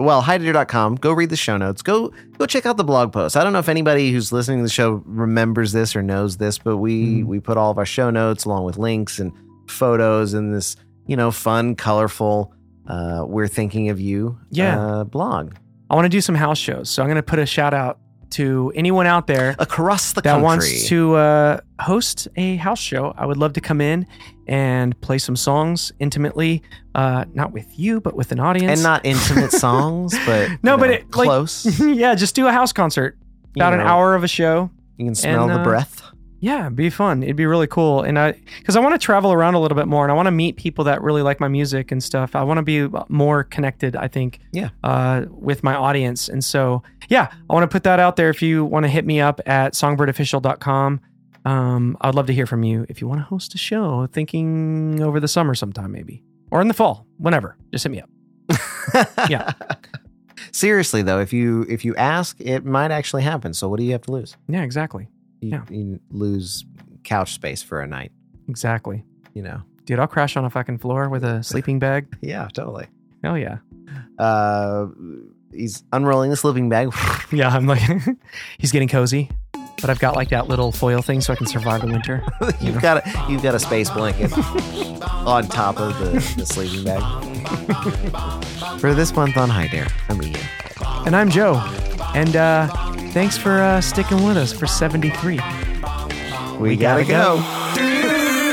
Speaker 2: well, hideair.com. Go read the show notes. Go go check out the blog post. I don't know if anybody who's listening to the show remembers this or knows this, but we
Speaker 3: Hmm.
Speaker 2: we put all of our show notes along with links and photos and this you know fun, colorful. Uh, we're thinking of you.
Speaker 3: Yeah.
Speaker 2: Uh, blog
Speaker 3: I want to do some house shows, so I'm gonna put a shout out to anyone out there
Speaker 2: across the
Speaker 3: that
Speaker 2: country.
Speaker 3: wants to uh, host a house show, I would love to come in and play some songs intimately, uh, not with you, but with an audience.
Speaker 2: and not intimate songs, but
Speaker 3: No, but
Speaker 2: you know,
Speaker 3: it, like,
Speaker 2: close.
Speaker 3: yeah, just do a house concert,
Speaker 2: You
Speaker 3: about
Speaker 2: know.
Speaker 3: an hour of a show.
Speaker 2: you can smell
Speaker 3: and,
Speaker 2: the
Speaker 3: uh,
Speaker 2: breath.
Speaker 3: Yeah, it'd be fun. It'd be really cool, and I because I want to travel around a little bit more, and I want to meet people that really like my music and stuff. I want to be uh, more connected. I think.
Speaker 2: Yeah.
Speaker 3: Uh, with my audience, and so yeah, I want to put that out there. If you want to hit me up at songbirdofficial.com, um, I'd love to hear from you. If you want to host a show, thinking over the summer sometime maybe or in the fall, whenever, just hit me up. Yeah.
Speaker 2: Seriously though, if you if you ask, it might actually happen. So what do you have to lose?
Speaker 3: Yeah, exactly,
Speaker 2: you,
Speaker 3: Yeah.
Speaker 2: you lose couch space for a night,
Speaker 3: exactly.
Speaker 2: you know?
Speaker 3: Dude, I'll crash on a fucking floor with a sleeping bag.
Speaker 2: Yeah, totally.
Speaker 3: Hell yeah.
Speaker 2: Uh, he's unrolling the sleeping bag.
Speaker 3: Yeah, I'm like, he's getting cozy, but I've got like that little foil thing so I can survive the winter.
Speaker 2: you've got a, you've got a space blanket on top of the, the sleeping bag. for this month on High Dare, I'm Ian.
Speaker 3: And I'm Joe. And uh, thanks for uh, sticking with us for 73.
Speaker 2: We, gotta,
Speaker 3: gotta
Speaker 2: go.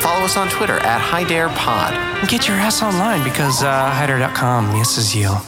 Speaker 2: Follow us on Twitter at High Dare Pod.
Speaker 4: Get your ass online because uh, hider.com misses you.